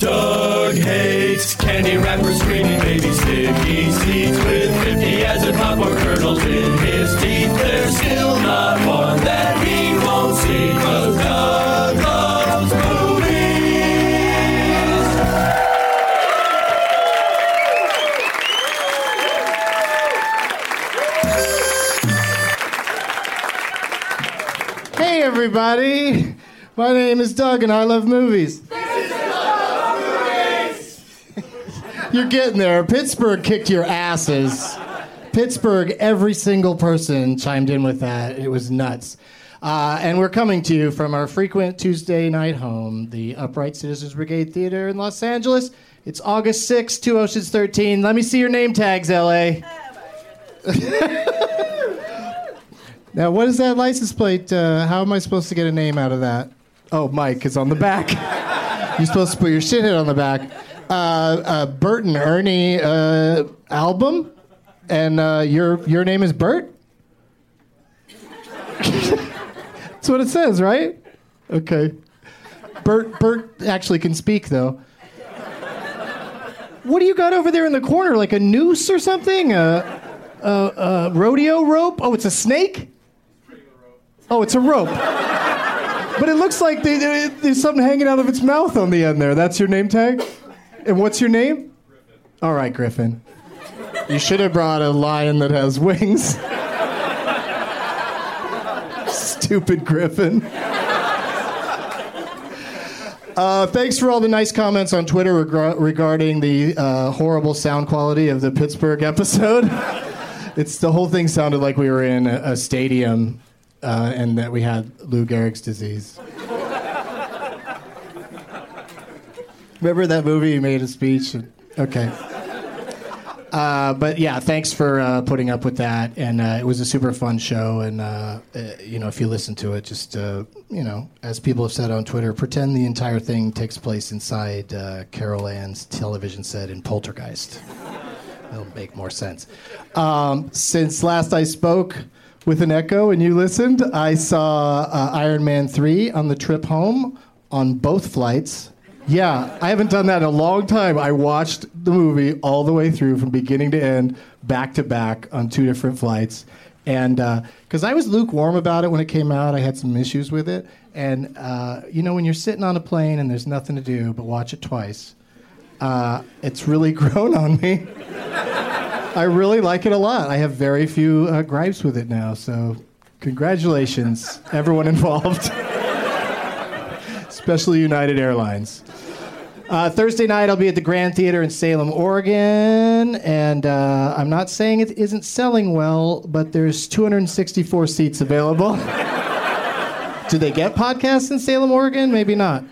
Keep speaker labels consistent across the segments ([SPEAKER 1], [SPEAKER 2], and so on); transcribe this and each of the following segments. [SPEAKER 1] Doug hates candy wrappers, creamy baby sticky seeds with 50 as a pop or kernels in his teeth. There's still not one that he won't see 'cause Doug loves movies.
[SPEAKER 2] Hey, everybody. My name is Doug, and I love movies. You're getting there. Pittsburgh kicked your asses. Pittsburgh, every single person chimed in with that. It was nuts. Uh, and we're coming to you from our frequent Tuesday night home, the Upright Citizens Brigade Theater in Los Angeles. It's August 6th, Two Oceans 13. Let me see your name tags, LA. Now, what is that license plate? Uh, how am I supposed to get a name out of that? Oh, Mike is on the back. You're supposed to put your shithead on the back. Uh, uh, Bert and Ernie uh, album, and uh, your your name is Bert. That's what it says, right? Okay. Bert Bert actually can speak though. What do you got over there in the corner? Like a noose or something? A, a, a rodeo rope? Oh, it's a snake. Oh, it's a rope. but it looks like they, they- there's something hanging out of its mouth on the end there. That's your name tag? And what's your name? Griffin. All right, Griffin. You should have brought a lion that has wings. Stupid Griffin. Uh, thanks for all the nice comments on Twitter regra- regarding the uh, horrible sound quality of the Pittsburgh episode. it's the whole thing sounded like we were in a, a stadium uh, and that we had Lou Gehrig's disease. Remember that movie? He made a speech. Okay. Uh, but yeah, thanks for uh, putting up with that, and uh, it was a super fun show. And uh, uh, you know, if you listen to it, just uh, you know, as people have said on Twitter, pretend the entire thing takes place inside uh, Carol Ann's television set in Poltergeist. It'll make more sense. Um, since last I spoke with an echo and you listened, I saw uh, Iron Man 3 on the trip home on both flights. Yeah, I haven't done that in a long time. I watched the movie all the way through from beginning to end, back to back on two different flights. And because I was lukewarm about it when it came out, I had some issues with it. And uh, you know, when you're sitting on a plane and there's nothing to do but watch it twice, uh, it's really grown on me. I really like it a lot. I have very few uh, gripes with it now, so congratulations, everyone involved, especially United Airlines. Uh, Thursday night, I'll be at the Grand Theater in Salem, Oregon, and uh, I'm not saying it isn't selling well, but there's 264 seats available. Do they get podcasts in Salem, Oregon? Maybe not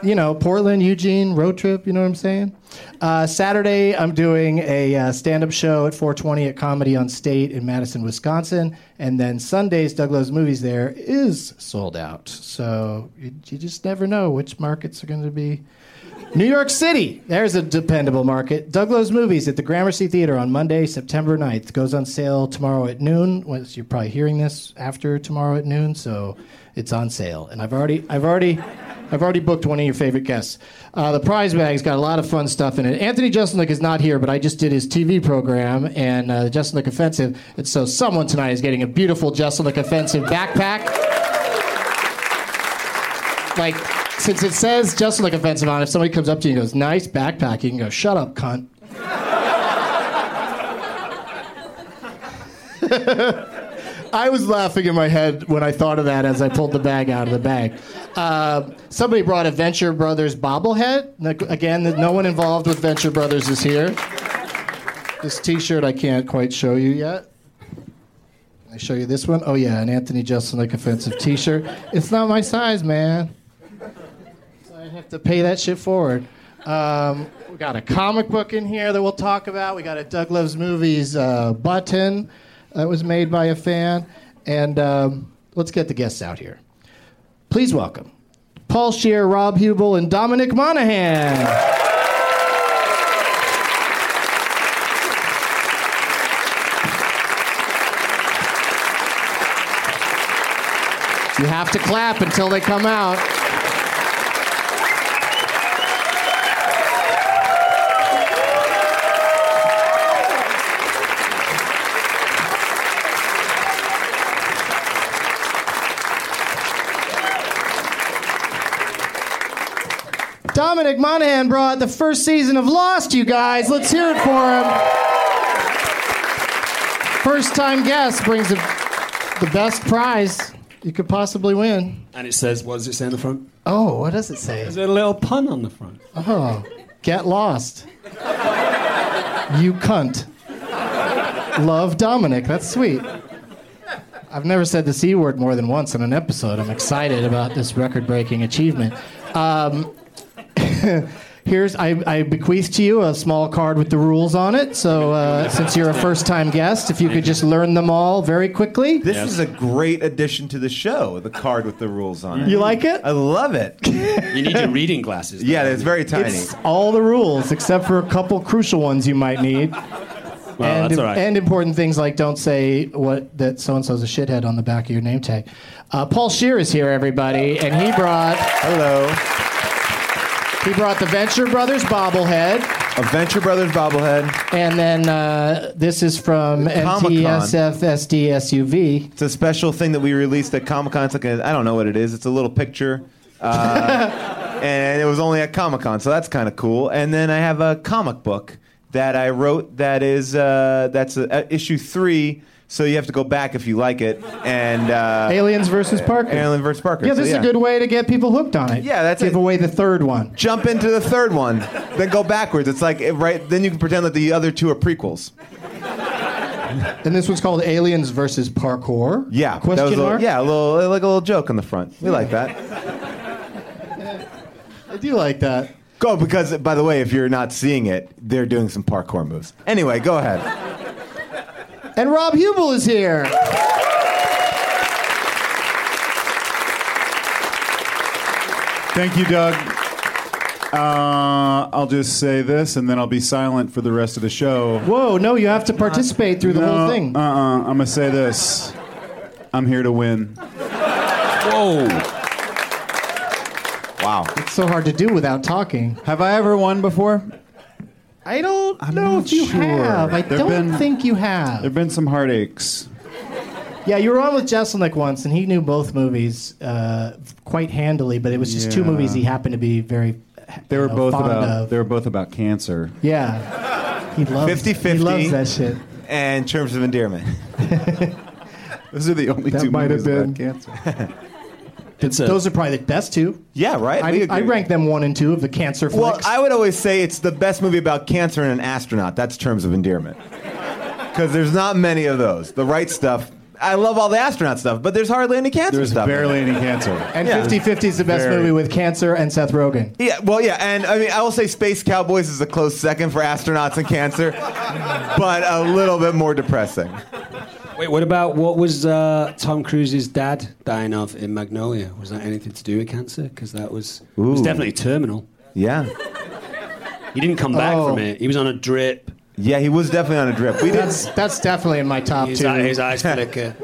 [SPEAKER 2] you know, Portland, Eugene, road trip, you know what I'm saying? Uh, Saturday, I'm doing a uh, stand up show at 420 at Comedy on State in Madison, Wisconsin. And then Sunday's Doug Loves Movies there is sold out. So you, you just never know which markets are going to be. New York City, there's a dependable market. Doug Loves Movies at the Gramercy Theater on Monday, September 9th. Goes on sale tomorrow at noon. Once you're probably hearing this after tomorrow at noon, so it's on sale. And I've already, I've already, I've already booked one of your favorite guests. Uh, the prize bag's got a lot of fun stuff in it. Anthony Jeselnik is not here, but I just did his TV program and uh, the Jeselnik Offensive, and so someone tonight is getting a beautiful Jeselnik Offensive backpack like since it says just like offensive on it, if somebody comes up to you and goes, nice backpack, you can go, shut up, cunt. I was laughing in my head when I thought of that as I pulled the bag out of the bag. Uh, somebody brought a Venture Brothers bobblehead. Like, Again, no one involved with Venture Brothers is here. This t shirt I can't quite show you yet. I show you this one? Oh yeah, an Anthony Jeselnik offensive T-shirt. It's not my size, man. So I have to pay that shit forward. Um, we got a comic book in here that we'll talk about. We got a Doug Loves Movies uh, button that was made by a fan, and um, let's get the guests out here. Please welcome Paul Shear, Rob Hubel, and Dominic Monaghan. You have to clap until they come out. Dominic Monaghan brought the first season of Lost, you guys. Let's hear it for him. First time guest brings the, the best prize you could possibly win.
[SPEAKER 3] And it says, what does it say on the front?
[SPEAKER 2] Oh, what does it say?
[SPEAKER 3] There's a little pun on the front.
[SPEAKER 2] Oh, get lost. You cunt. Love Dominic. That's sweet. I've never said the C word more than once in an episode. I'm excited about this record breaking achievement. Um, here's, I, I bequeath to you a small card with the rules on it. So, uh, since you're a first time guest, if you could just learn them all very quickly.
[SPEAKER 4] This is a great addition to the show, the card with the rules on it.
[SPEAKER 2] You like it?
[SPEAKER 4] I love it.
[SPEAKER 3] You need your reading glasses. though.
[SPEAKER 4] Yeah, it's very tiny.
[SPEAKER 2] It's all the rules except for a couple crucial ones you might need.
[SPEAKER 3] Well,
[SPEAKER 2] and,
[SPEAKER 3] that's all right.
[SPEAKER 2] and important things like don't say what that so and so's a shithead on the back of your name tag. Uh, Paul Shear is here, everybody, and he brought
[SPEAKER 4] Hello.
[SPEAKER 2] he brought the Venture Brothers bobblehead,
[SPEAKER 4] A Venture Brothers bobblehead.
[SPEAKER 2] and then uh, this is from
[SPEAKER 4] Comic-Con.
[SPEAKER 2] MTSFSDSUV.
[SPEAKER 4] It's a special thing that we released at Comic Con. It's like a, I don't know what it is. It's a little picture. Uh, and it was only at Comic Con, so that's kind of cool. And then I have a comic book that I wrote that is uh, that's uh issue three. So you have to go back if you like it. And uh,
[SPEAKER 2] Aliens versus Parker.
[SPEAKER 4] Alien versus Parker.
[SPEAKER 2] yeah,
[SPEAKER 4] So,
[SPEAKER 2] this is a good way to get people hooked on it.
[SPEAKER 4] Yeah, that's
[SPEAKER 2] give
[SPEAKER 4] it.
[SPEAKER 2] away the third one.
[SPEAKER 4] Jump into the third one, then go backwards. It's like it, right. Then you can pretend that the other two are prequels.
[SPEAKER 2] And this one's called Aliens versus Parkour.
[SPEAKER 4] Yeah. that was a
[SPEAKER 2] Question
[SPEAKER 4] little-
[SPEAKER 2] mark.
[SPEAKER 4] Yeah, a little like a little joke on the front. We like that.
[SPEAKER 2] I do like that.
[SPEAKER 4] Go because by the way, if you're not seeing it, they're doing some parkour moves. Anyway, go ahead.
[SPEAKER 2] And Rob Hubel is here.
[SPEAKER 5] Thank you, Doug. Uh, I'll just say this, and then I'll be silent for the rest of the show.
[SPEAKER 2] Whoa, no, you have to participate through the
[SPEAKER 5] No,
[SPEAKER 2] whole thing.
[SPEAKER 5] Uh-uh. I'm gonna say this. I'm here to win.
[SPEAKER 3] Whoa.
[SPEAKER 4] Wow.
[SPEAKER 2] it's so hard to do without talking.
[SPEAKER 5] Have I ever won before?
[SPEAKER 2] I don't
[SPEAKER 5] I'm
[SPEAKER 2] know
[SPEAKER 5] not
[SPEAKER 2] if you
[SPEAKER 5] sure.
[SPEAKER 2] have. I
[SPEAKER 5] There've
[SPEAKER 2] don't
[SPEAKER 5] been-
[SPEAKER 2] think you
[SPEAKER 5] There've
[SPEAKER 2] have.
[SPEAKER 5] been some heartaches.
[SPEAKER 2] Yeah, you were on with Jeselnik once, and he knew both movies uh, quite handily. But it was just two
[SPEAKER 5] Yeah.
[SPEAKER 2] movies he happened to be very.
[SPEAKER 5] They were
[SPEAKER 2] uh,
[SPEAKER 5] both
[SPEAKER 2] fond
[SPEAKER 5] about.
[SPEAKER 2] Of.
[SPEAKER 5] They were both about cancer.
[SPEAKER 2] Yeah, he loves.
[SPEAKER 4] 50-50.
[SPEAKER 2] He loves that shit.
[SPEAKER 4] And terms of endearment.
[SPEAKER 5] Those are the only
[SPEAKER 2] That
[SPEAKER 5] two
[SPEAKER 2] might have
[SPEAKER 5] movies
[SPEAKER 2] been-
[SPEAKER 5] about cancer.
[SPEAKER 3] It's a,
[SPEAKER 2] Those are probably the best two.
[SPEAKER 4] Yeah, right.
[SPEAKER 2] I,
[SPEAKER 4] We
[SPEAKER 2] I
[SPEAKER 4] agree.
[SPEAKER 2] rank them one and two of the cancer
[SPEAKER 4] Well,
[SPEAKER 2] flicks.
[SPEAKER 4] I would always say it's the best movie about cancer and an astronaut. That's terms of endearment. Because there's not many of those. The right stuff. I love all the astronaut stuff, but there's hardly any cancer
[SPEAKER 5] There's
[SPEAKER 4] stuff.
[SPEAKER 5] barely any cancer.
[SPEAKER 2] and
[SPEAKER 4] yeah.
[SPEAKER 2] 50-50 is the best
[SPEAKER 5] Very.
[SPEAKER 2] movie with cancer and Seth Rogen.
[SPEAKER 4] Yeah, well, yeah, and I mean, I will say Space Cowboys is a close second for astronauts and cancer, but a little bit more depressing.
[SPEAKER 3] wait, what about what was uh, Tom Cruise's dad dying of in Magnolia? Was that anything to do with cancer? Because that was it was
[SPEAKER 4] Ooh.
[SPEAKER 3] definitely terminal.
[SPEAKER 4] Yeah.
[SPEAKER 3] He didn't come back
[SPEAKER 2] Oh.
[SPEAKER 3] from it. He was on a drip.
[SPEAKER 4] Yeah, he was definitely on a drip. We did.
[SPEAKER 2] That's that's definitely in my top
[SPEAKER 3] His,
[SPEAKER 2] two.
[SPEAKER 3] eye- his eyes flicker.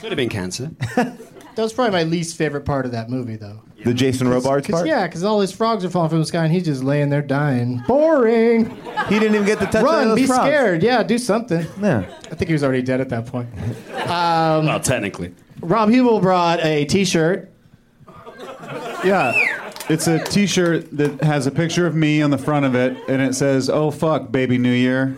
[SPEAKER 3] Could have been cancer.
[SPEAKER 2] That was probably my least favorite part of that movie, though.
[SPEAKER 4] The Jason Robards
[SPEAKER 2] Cause,
[SPEAKER 4] part?
[SPEAKER 2] yeah, because all his frogs are falling from the sky and he's just laying there dying. Boring.
[SPEAKER 4] He didn't even get to touch any
[SPEAKER 2] Run,
[SPEAKER 4] of those
[SPEAKER 2] be
[SPEAKER 4] frogs.
[SPEAKER 2] scared. Yeah, do something.
[SPEAKER 4] Yeah.
[SPEAKER 2] I think he was already dead at that point.
[SPEAKER 3] well, technically.
[SPEAKER 2] Rob Hubel brought a T-shirt.
[SPEAKER 5] Yeah. It's a T-shirt that has a picture of me on the front of it, and it says, "Oh fuck, baby New Year,"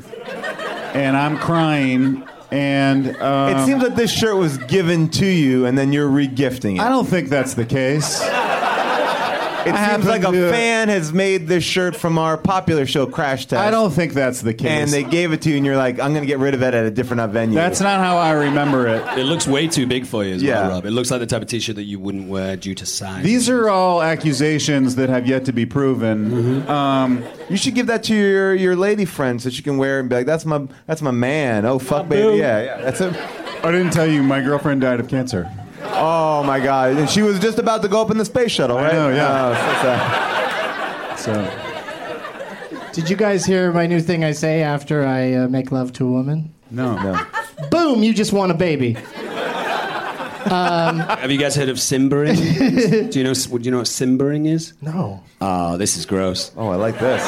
[SPEAKER 5] and I'm crying. And um,
[SPEAKER 4] It seems like this shirt was given to you and then you're regifting it.
[SPEAKER 5] I don't think that's the case.
[SPEAKER 4] It seems
[SPEAKER 5] happen
[SPEAKER 4] like a
[SPEAKER 5] to-
[SPEAKER 4] fan has made this shirt from our popular show Crash Test.
[SPEAKER 5] I don't think that's the case.
[SPEAKER 4] And they gave it to you, and you're like, "I'm gonna get rid of it at a different venue."
[SPEAKER 5] that's not how I remember it.
[SPEAKER 3] It looks way too big for you as
[SPEAKER 4] Yeah.
[SPEAKER 3] well, Rob. It looks like the type of t-shirt that you wouldn't wear due to size.
[SPEAKER 5] These are all accusations that have yet to be proven.
[SPEAKER 4] Mm-hmm.
[SPEAKER 5] Um,
[SPEAKER 4] you should give that to your your lady friend so she can wear it and be like, "That's my that's my man." Oh fuck, baby, yeah, yeah, that's it.
[SPEAKER 5] I didn't tell you my girlfriend died of cancer.
[SPEAKER 4] Oh my god, and she was just about to go up in the space shuttle,
[SPEAKER 5] I
[SPEAKER 4] right?
[SPEAKER 5] know, yeah.
[SPEAKER 4] Oh, so sad.
[SPEAKER 5] So
[SPEAKER 2] Did you guys hear my new thing I say after I uh, make love to a woman?
[SPEAKER 5] no, no.
[SPEAKER 2] Boom! You just want a baby.
[SPEAKER 3] Have you guys heard of simbering? do you know do you know what simbering is?
[SPEAKER 2] No.
[SPEAKER 3] Oh, this is gross.
[SPEAKER 4] Oh, I like this.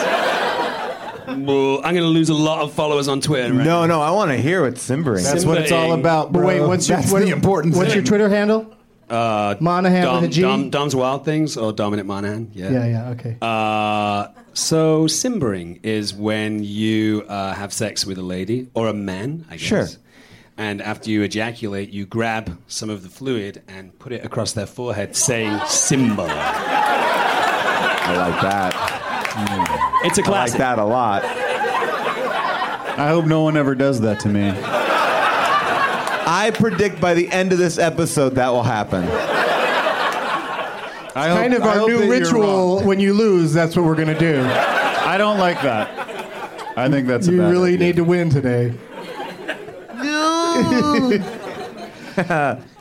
[SPEAKER 3] Well, I'm going to lose a lot of followers on Twitter. Right?
[SPEAKER 4] No, no, I want to hear what simbering.
[SPEAKER 5] That's what it's all about,
[SPEAKER 2] But
[SPEAKER 5] bro.
[SPEAKER 2] wait, what's your
[SPEAKER 5] that's
[SPEAKER 2] what-
[SPEAKER 5] the important
[SPEAKER 2] What's
[SPEAKER 5] thing.
[SPEAKER 2] your Twitter handle? Uh, Monahan
[SPEAKER 3] Dom,
[SPEAKER 2] with a G.
[SPEAKER 3] Dom, Dom's Wild Things or Dominic Monaghan. Yeah.
[SPEAKER 2] yeah, yeah, okay.
[SPEAKER 3] Uh, so simbering is when you uh, have sex with a lady or a man, I guess.
[SPEAKER 4] Sure.
[SPEAKER 3] And after you ejaculate, you grab some of the fluid and put it across their forehead, saying "Simba."
[SPEAKER 4] I like that.
[SPEAKER 3] It's a
[SPEAKER 4] I like
[SPEAKER 3] classic.
[SPEAKER 4] that a lot.
[SPEAKER 5] I hope no one ever does that to me.
[SPEAKER 4] I predict by the end of this episode that will happen.
[SPEAKER 5] I hope-
[SPEAKER 2] kind of
[SPEAKER 5] I
[SPEAKER 2] our
[SPEAKER 5] hope that
[SPEAKER 2] new
[SPEAKER 5] you're
[SPEAKER 2] ritual.
[SPEAKER 5] wrong.
[SPEAKER 2] When you lose, that's what we're gonna do.
[SPEAKER 5] I don't like that. I think that's a
[SPEAKER 2] you
[SPEAKER 5] bad
[SPEAKER 2] really
[SPEAKER 5] idea.
[SPEAKER 2] need to win today.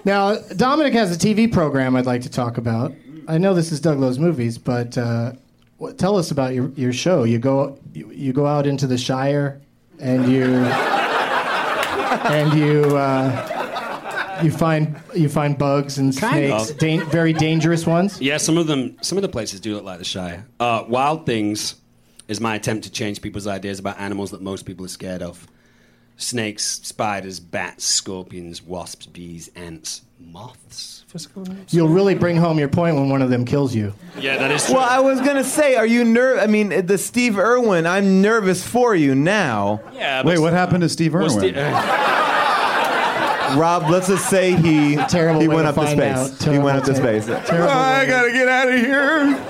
[SPEAKER 2] now, Dominic has a TV program I'd like to talk about. I know this is Doug Lowe's movies, but uh, what, tell us about your, your show. You go you, you go out into the Shire, and you and you. Uh, you find you find bugs and snakes,
[SPEAKER 3] of.
[SPEAKER 2] dan- very dangerous ones.
[SPEAKER 3] Yeah, some of them, some of the places do look like the Shire. Uh, Wild Things is my attempt to change people's ideas about animals that most people are scared of: snakes, spiders, bats, scorpions, wasps, bees, ants, moths. For scorpions?
[SPEAKER 2] You'll really bring home your point when one of them kills you.
[SPEAKER 3] Yeah, that is true.
[SPEAKER 4] Well, I was gonna say, are you nerve? I mean, the Steve Irwin, I'm nervous for you now,
[SPEAKER 3] yeah,
[SPEAKER 5] Wait, what happened to Steve Irwin?
[SPEAKER 3] What's the, uh,
[SPEAKER 4] Rob. Let's just say he
[SPEAKER 2] Terrible
[SPEAKER 4] he
[SPEAKER 2] way
[SPEAKER 4] went
[SPEAKER 2] to
[SPEAKER 4] up to
[SPEAKER 2] find out.
[SPEAKER 4] space. He
[SPEAKER 2] Terrible
[SPEAKER 4] went up to
[SPEAKER 2] ta-
[SPEAKER 4] space.
[SPEAKER 2] terrible way to-
[SPEAKER 4] get out of here.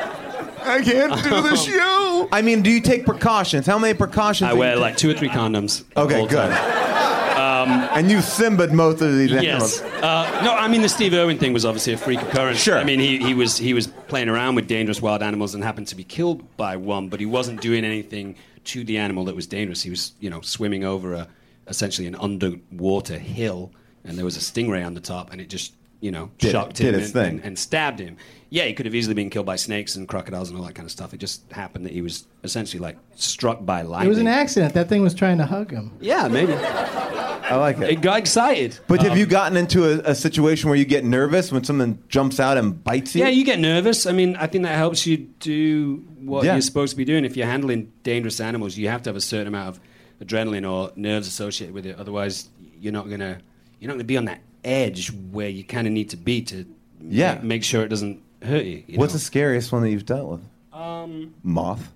[SPEAKER 4] I can't do the show. I mean, do you take precautions? How many precautions?
[SPEAKER 3] I
[SPEAKER 4] do you
[SPEAKER 3] wear
[SPEAKER 4] take?
[SPEAKER 3] like two or three condoms.
[SPEAKER 4] Okay,
[SPEAKER 3] all the
[SPEAKER 4] good.
[SPEAKER 3] time.
[SPEAKER 4] and you simbad most of these
[SPEAKER 3] Yes.
[SPEAKER 4] animals.
[SPEAKER 3] Uh, no, I mean the Steve Irwin thing was obviously a freak occurrence.
[SPEAKER 4] Sure.
[SPEAKER 3] I mean he, he was he was playing around with dangerous wild animals and happened to be killed by one, but he wasn't doing anything to the animal that was dangerous. He was you know swimming over a essentially an underwater hill, and there was a stingray on the top, and it just you know
[SPEAKER 4] Did-
[SPEAKER 3] shocked
[SPEAKER 4] did
[SPEAKER 3] him
[SPEAKER 4] its
[SPEAKER 3] and,
[SPEAKER 4] thing.
[SPEAKER 3] and, and stabbed him. Yeah, he could have easily been killed by snakes and crocodiles and all that kind of stuff. It just happened that he was essentially like struck by lightning.
[SPEAKER 2] It was an accident. That thing was trying to hug him.
[SPEAKER 3] Yeah, maybe.
[SPEAKER 4] I like it.
[SPEAKER 3] It got excited.
[SPEAKER 4] But have you gotten into a, a situation where you get nervous when something jumps out and bites you?
[SPEAKER 3] Yeah, you get nervous. I mean, I think that helps you do what
[SPEAKER 4] Yeah.
[SPEAKER 3] you're supposed to be doing. If you're handling dangerous animals, you have to have a certain amount of adrenaline or nerves associated with it. Otherwise, you're not gonna you're not gonna be on that edge where you kind of need to be to
[SPEAKER 4] Yeah.
[SPEAKER 3] ma- make sure it doesn't hurt you. you
[SPEAKER 4] What's
[SPEAKER 3] know?
[SPEAKER 4] the scariest one that you've dealt with? Um, Moth.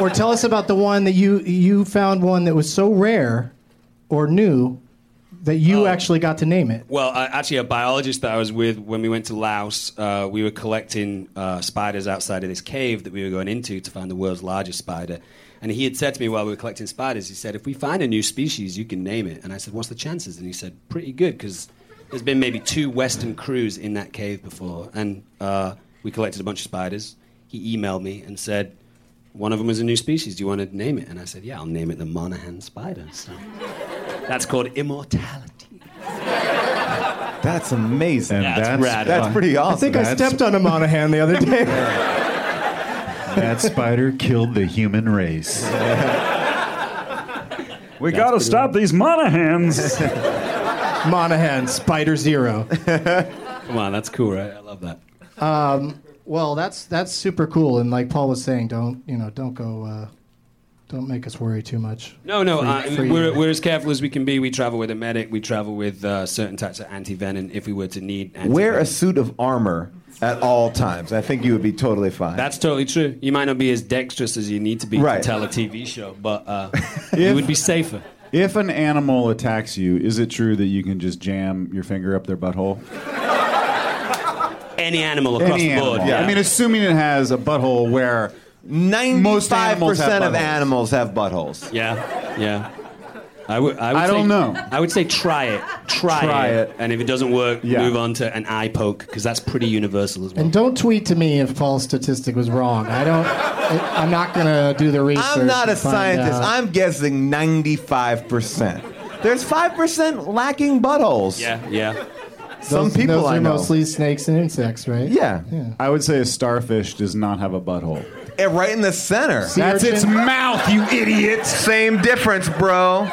[SPEAKER 2] Or tell us about the one that you you found one that was so rare or new that you actually got to name it.
[SPEAKER 3] Well, uh, actually, a biologist that I was with when we went to Laos, uh, we were collecting uh, spiders outside of this cave that we were going into to find the world's largest spider. And he had said to me while we were collecting spiders, he said, "If we find a new species, you can name it." And I said, "What's the chances?" And he said, "Pretty good, because there's been maybe two Western crews in that cave before." And uh, we collected a bunch of spiders. He emailed me and said, "One of them is a new species. Do you want to name it?" And I said, "Yeah, I'll name it the Monahan spider." So that's called immortality.
[SPEAKER 4] That's amazing.
[SPEAKER 3] That's rad.
[SPEAKER 4] that's pretty awesome.
[SPEAKER 2] I think I stepped on a Monahan the other day.
[SPEAKER 5] That spider killed the human race. we
[SPEAKER 3] That's
[SPEAKER 5] gotta
[SPEAKER 3] pretty
[SPEAKER 5] stop these Monahans.
[SPEAKER 2] Monahan, Spider Zero.
[SPEAKER 3] Come on, that's cool, right? I love that.
[SPEAKER 2] Well, that's that's super cool. And like Paul was saying, don't you know, don't go, uh, don't make us worry too much.
[SPEAKER 3] No, no,
[SPEAKER 2] Free-
[SPEAKER 3] uh,
[SPEAKER 2] free-
[SPEAKER 3] we're, we're as careful as we can be. We travel with a medic. We travel with uh, certain types of anti-venom if we were to need. Antivenin.
[SPEAKER 4] Wear a suit of armor at all times. I think you would be totally fine.
[SPEAKER 3] That's totally true. You might not be as dexterous as you need to be
[SPEAKER 4] Right.
[SPEAKER 3] to tell a TV show, but uh, you would be safer.
[SPEAKER 5] if an animal attacks you, is it true that you can just jam your finger up their butthole?
[SPEAKER 3] Any animal across
[SPEAKER 5] Any
[SPEAKER 3] the board.
[SPEAKER 5] animal. I mean, assuming it has a butthole where. Most animals
[SPEAKER 4] ninety-five
[SPEAKER 5] have
[SPEAKER 4] percent of
[SPEAKER 5] buttholes.
[SPEAKER 4] animals have buttholes.
[SPEAKER 3] yeah, yeah. I would. I, would
[SPEAKER 5] I
[SPEAKER 3] say-
[SPEAKER 5] don't know.
[SPEAKER 3] I would say try it, try,
[SPEAKER 4] Try
[SPEAKER 3] it.
[SPEAKER 4] it.
[SPEAKER 3] and if it doesn't work,
[SPEAKER 5] Yeah.
[SPEAKER 3] move on to an eye poke because that's pretty universal as well.
[SPEAKER 2] And don't tweet to me if Paul's statistic was wrong. I don't. I, I'm not gonna do the research.
[SPEAKER 4] I'm not a
[SPEAKER 2] and find
[SPEAKER 4] scientist.
[SPEAKER 2] out.
[SPEAKER 4] I'm guessing 95%. There's 5% lacking buttholes.
[SPEAKER 3] yeah, yeah.
[SPEAKER 4] Some
[SPEAKER 2] Those-
[SPEAKER 4] people
[SPEAKER 2] those
[SPEAKER 4] I
[SPEAKER 2] are
[SPEAKER 4] know.
[SPEAKER 2] mostly snakes and insects, right?
[SPEAKER 4] yeah.
[SPEAKER 5] I would say a starfish does not have a butthole.
[SPEAKER 4] And Eh, right in the center.
[SPEAKER 2] Sea
[SPEAKER 5] That's its
[SPEAKER 2] urchin?
[SPEAKER 5] mouth, you idiot!
[SPEAKER 4] Same difference, bro.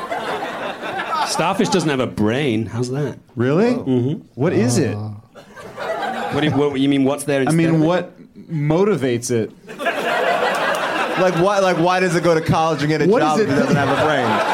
[SPEAKER 3] Starfish doesn't have a brain. How's that?
[SPEAKER 5] Really?
[SPEAKER 4] Mm-hmm.
[SPEAKER 5] What is it?
[SPEAKER 3] What do you, what, you mean? What's there?
[SPEAKER 5] I
[SPEAKER 3] Instead
[SPEAKER 5] mean,
[SPEAKER 3] of it?
[SPEAKER 5] what motivates it?
[SPEAKER 4] Like why like why does it go to college and get a
[SPEAKER 2] What
[SPEAKER 4] job
[SPEAKER 2] is
[SPEAKER 4] if
[SPEAKER 2] it-
[SPEAKER 4] it doesn't have a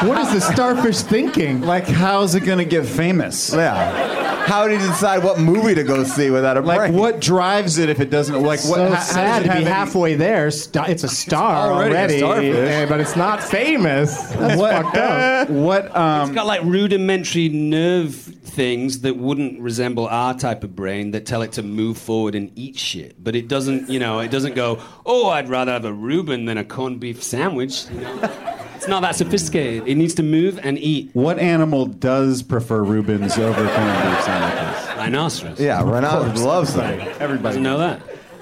[SPEAKER 4] brain?
[SPEAKER 2] What is the starfish thinking?
[SPEAKER 5] Like, how is it going to get famous?
[SPEAKER 4] Yeah. How do you decide what movie to go see without a
[SPEAKER 5] Like,
[SPEAKER 4] brain?
[SPEAKER 5] what drives it if it doesn't? Like, what?
[SPEAKER 2] so
[SPEAKER 5] how- how does
[SPEAKER 2] sad
[SPEAKER 5] it
[SPEAKER 2] to be
[SPEAKER 5] have any-
[SPEAKER 2] halfway there. Sta- It's a star
[SPEAKER 5] already a
[SPEAKER 2] already,
[SPEAKER 5] starfish.
[SPEAKER 2] eh, but it's not famous. That's
[SPEAKER 5] What?
[SPEAKER 2] fucked up.
[SPEAKER 5] What? Um,
[SPEAKER 3] It's got like rudimentary nerve things that wouldn't resemble our type of brain that tell it to move forward and eat shit. But it doesn't, you know, it doesn't go, oh, I'd rather have a Reuben than a corned beef sandwich. You know? it's not that sophisticated. It needs to move and eat.
[SPEAKER 5] what animal does prefer Rubens over corned beef sandwiches?
[SPEAKER 3] Rhinoceros.
[SPEAKER 4] yeah, Renato loves them.
[SPEAKER 5] Everybody
[SPEAKER 3] Doesn't know that.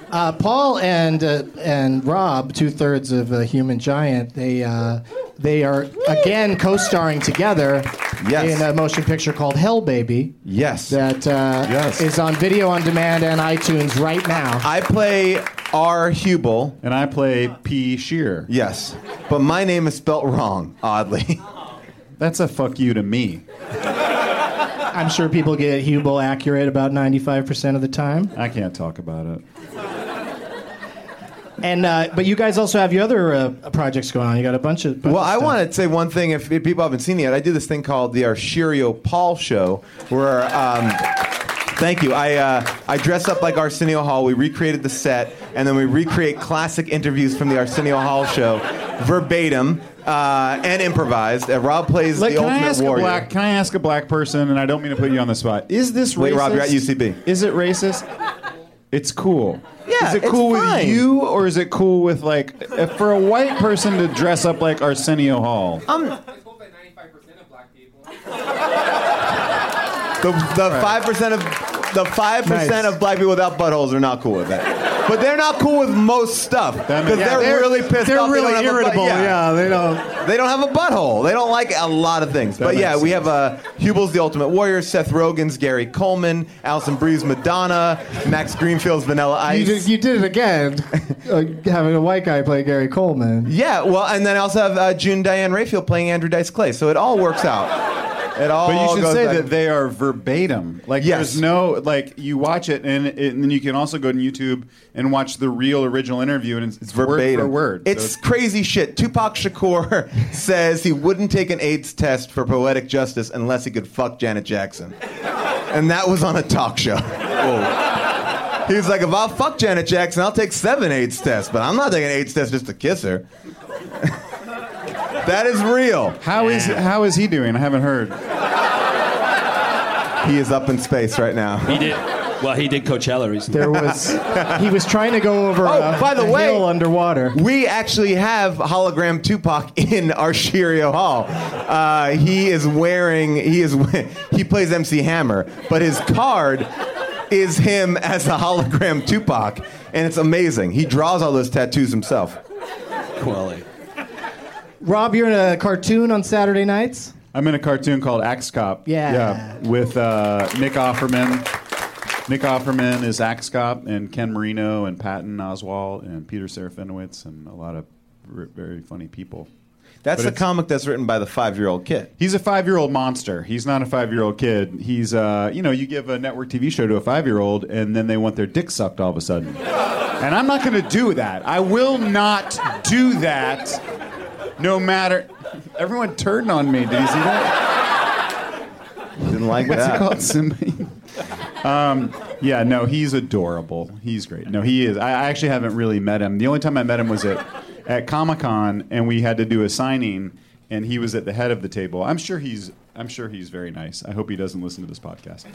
[SPEAKER 2] Uh, Paul and uh, and Rob, two thirds of a human giant, they uh, they are again co-starring together
[SPEAKER 4] Yes.
[SPEAKER 2] in a motion picture called Hell Baby
[SPEAKER 4] Yes.
[SPEAKER 2] that uh,
[SPEAKER 5] Yes.
[SPEAKER 2] is on video on demand and iTunes right now.
[SPEAKER 4] I play R. Hubel.
[SPEAKER 5] And I play P. Shear.
[SPEAKER 4] Yes. But my name is spelt wrong, oddly.
[SPEAKER 5] That's a fuck you to me.
[SPEAKER 2] I'm sure people get Hubel accurate about 95% of the time.
[SPEAKER 5] I can't talk about it.
[SPEAKER 2] And uh, but you guys also have your other uh, projects going on. You got a bunch of bunch
[SPEAKER 4] Well,
[SPEAKER 2] of
[SPEAKER 4] I
[SPEAKER 2] stuff.
[SPEAKER 4] want to say one thing. If, if people haven't seen it yet, I do this thing called the Arsenio Paul Show, where um, thank you. I uh, I dress up like Arsenio Hall. We recreated the set, and then we recreate classic interviews from the Arsenio Hall Show, verbatim uh, and improvised. Uh, Rob plays
[SPEAKER 5] Like,
[SPEAKER 4] the
[SPEAKER 5] can I
[SPEAKER 4] ultimate
[SPEAKER 5] ask
[SPEAKER 4] warrior.
[SPEAKER 5] a black? Can I ask a black person? And I don't mean to put you on the spot. Is this racist?
[SPEAKER 4] Wait, Rob, you're at UCB.
[SPEAKER 5] Is it racist? It's cool.
[SPEAKER 4] Yeah,
[SPEAKER 5] is it
[SPEAKER 4] it's
[SPEAKER 5] cool with
[SPEAKER 4] fine.
[SPEAKER 5] you, or is it cool with like if for a white person to dress up like Arsenio Hall?
[SPEAKER 4] Uh,
[SPEAKER 6] I was told that 95% of black people
[SPEAKER 4] The the five percent of the five percent
[SPEAKER 5] Nice.
[SPEAKER 4] of black people without buttholes are not cool with that. But they're not cool with most stuff
[SPEAKER 5] That makes-
[SPEAKER 4] because
[SPEAKER 5] Yeah,
[SPEAKER 4] they're,
[SPEAKER 5] they're-
[SPEAKER 4] really pissed
[SPEAKER 2] They're
[SPEAKER 4] off.
[SPEAKER 2] really
[SPEAKER 4] they don't have a butt-
[SPEAKER 2] irritable. yeah, they don't.
[SPEAKER 4] They don't have a butthole. They don't like a lot of things. but
[SPEAKER 5] makes
[SPEAKER 4] yeah, we have uh, Hubel's The Ultimate Warrior, Seth Rogen's Gary Coleman, Allison Breeze Madonna, Max Greenfield's Vanilla Ice.
[SPEAKER 2] You did, you did it again, uh, having a white guy play Gary Coleman.
[SPEAKER 4] yeah, well, and then I also have uh, June Diane Raphael playing Andrew Dice Clay. So it all works out. It all.
[SPEAKER 5] But you should
[SPEAKER 4] goes
[SPEAKER 5] say
[SPEAKER 4] back-
[SPEAKER 5] that they are verbatim. Like
[SPEAKER 4] Yes.
[SPEAKER 5] there's no like you watch it and, it and then you can also go to YouTube and watch the real original interview and it's, it's
[SPEAKER 4] verbatim.
[SPEAKER 5] word for word. So
[SPEAKER 4] It's crazy shit. Tupac Shakur says he wouldn't take an AIDS test for poetic justice unless he could fuck Janet Jackson. And that was on a talk show. He was like, if I'll fuck Janet Jackson, I'll take seven AIDS tests, but I'm not taking an AIDS test just to kiss her. that is real.
[SPEAKER 5] how is how is he doing? I haven't heard.
[SPEAKER 4] He is up in space right now.
[SPEAKER 3] He did. Well, he did Coachella recently.
[SPEAKER 2] There was he was trying to go over.
[SPEAKER 4] Oh,
[SPEAKER 2] a,
[SPEAKER 4] by the
[SPEAKER 2] a
[SPEAKER 4] way-
[SPEAKER 2] hill underwater.
[SPEAKER 4] We actually have hologram Tupac in Archerio Hall. Uh, he is wearing he is he plays MC Hammer, but his card is him as a hologram Tupac, and it's amazing. He draws all those tattoos himself.
[SPEAKER 3] Quality.
[SPEAKER 2] Rob, you're in a cartoon on Saturday nights.
[SPEAKER 5] I'm in a cartoon called Axe Cop.
[SPEAKER 2] Yeah.
[SPEAKER 5] with uh, Nick Offerman. Nick Offerman is Axe Cop, and Ken Marino and Patton Oswald and Peter Serafinowicz and a lot of r- very funny people.
[SPEAKER 4] That's
[SPEAKER 5] But
[SPEAKER 4] the
[SPEAKER 5] it's-
[SPEAKER 4] comic that's written by the five-year-old kid.
[SPEAKER 5] He's a five-year-old monster. He's not a five-year-old kid. He's, uh, you know, you give a network TV show to a five-year-old, and then they want their dick sucked all of a sudden. And I'm not going to do that. I will not do that. No matter. Everyone turned on me. Did you see that?
[SPEAKER 4] Didn't like
[SPEAKER 5] What's it
[SPEAKER 4] that.
[SPEAKER 5] called? Somebody. Um, yeah, no, he's adorable. He's great. No, he is. I, I actually haven't really met him. The only time I met him was at, at Comic Con, and we had to do a signing, and he was at the head of the table. I'm sure he's. I'm sure he's very nice. I hope he doesn't listen to this podcast.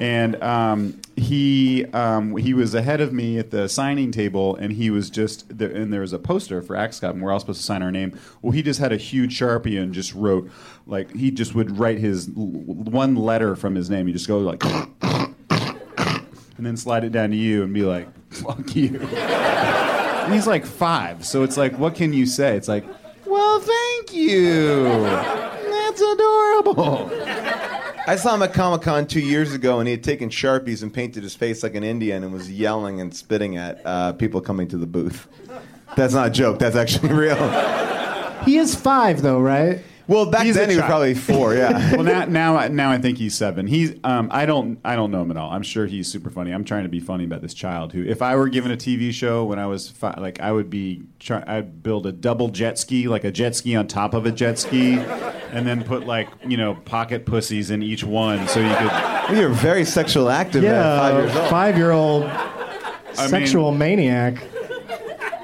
[SPEAKER 5] And um, he um, he was ahead of me at the signing table, and he was just there, and there was a poster for Axe Cop, and we're all supposed to sign our name. Well, he just had a huge sharpie and just wrote like he just would write his l- one letter from his name. He just go like and then slide it down to you and be like, fuck you. and he's like five, so it's like, what can you say? It's like, well, thank you. That's adorable.
[SPEAKER 4] I saw him at Comic Con two years ago, and he had taken sharpies and painted his face like an Indian, and was yelling and spitting at uh, people coming to the booth. That's not a joke. That's actually real.
[SPEAKER 2] He is five though, right?
[SPEAKER 4] Well, back
[SPEAKER 5] He's a
[SPEAKER 4] then he was
[SPEAKER 5] child.
[SPEAKER 4] probably four. Yeah.
[SPEAKER 5] well, now, now, I- now I think he's seven. He's, um, I don't, I don't know him at all. I'm sure he's super funny. I'm trying to be funny about this child who, if I were given a TV show when I was five, like I would be, try, I'd build a double jet ski, like a jet ski on top of a jet ski, and then put like, you know, pocket pussies in each one, so you could.
[SPEAKER 4] You're very sexual active at five years old.
[SPEAKER 2] five-year-old
[SPEAKER 5] mean-
[SPEAKER 2] sexual maniac.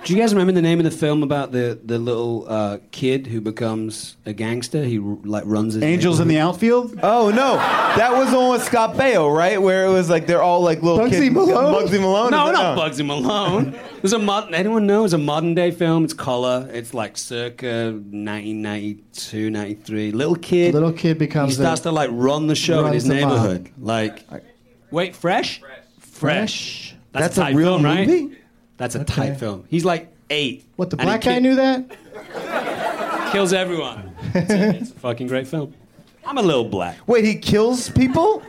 [SPEAKER 3] Do you guys remember the name of the film about the the little uh, kid who becomes a gangster? He like runs his
[SPEAKER 5] Angels in the outfield.
[SPEAKER 4] Oh no, that was the one with Scott Baio, right? Where it was like they're all like little
[SPEAKER 2] Bugsy
[SPEAKER 4] kids.
[SPEAKER 2] Malone?
[SPEAKER 4] Bugsy Malone.
[SPEAKER 3] No,
[SPEAKER 4] is that-
[SPEAKER 3] not Bugsy Malone. There's a modern. Anyone know? It's a modern day film. It's Collar. It's like circa 1992, 93. Little kid.
[SPEAKER 2] Little kid becomes
[SPEAKER 3] He starts
[SPEAKER 2] a-
[SPEAKER 3] to like run the show in
[SPEAKER 2] runs
[SPEAKER 3] his
[SPEAKER 2] the mob.
[SPEAKER 3] neighborhood. Like, wait, fresh, fresh. That's,
[SPEAKER 4] That's
[SPEAKER 3] a
[SPEAKER 4] a
[SPEAKER 3] tight
[SPEAKER 4] real
[SPEAKER 3] film, right?
[SPEAKER 4] movie?
[SPEAKER 3] That's a
[SPEAKER 2] Okay.
[SPEAKER 3] tight film. He's like eight.
[SPEAKER 2] What the
[SPEAKER 3] and he
[SPEAKER 2] black guy
[SPEAKER 3] ki-
[SPEAKER 2] knew that?
[SPEAKER 3] Kills everyone. It's a, it's a fucking great film. I'm a little black.
[SPEAKER 4] Wait, he kills people.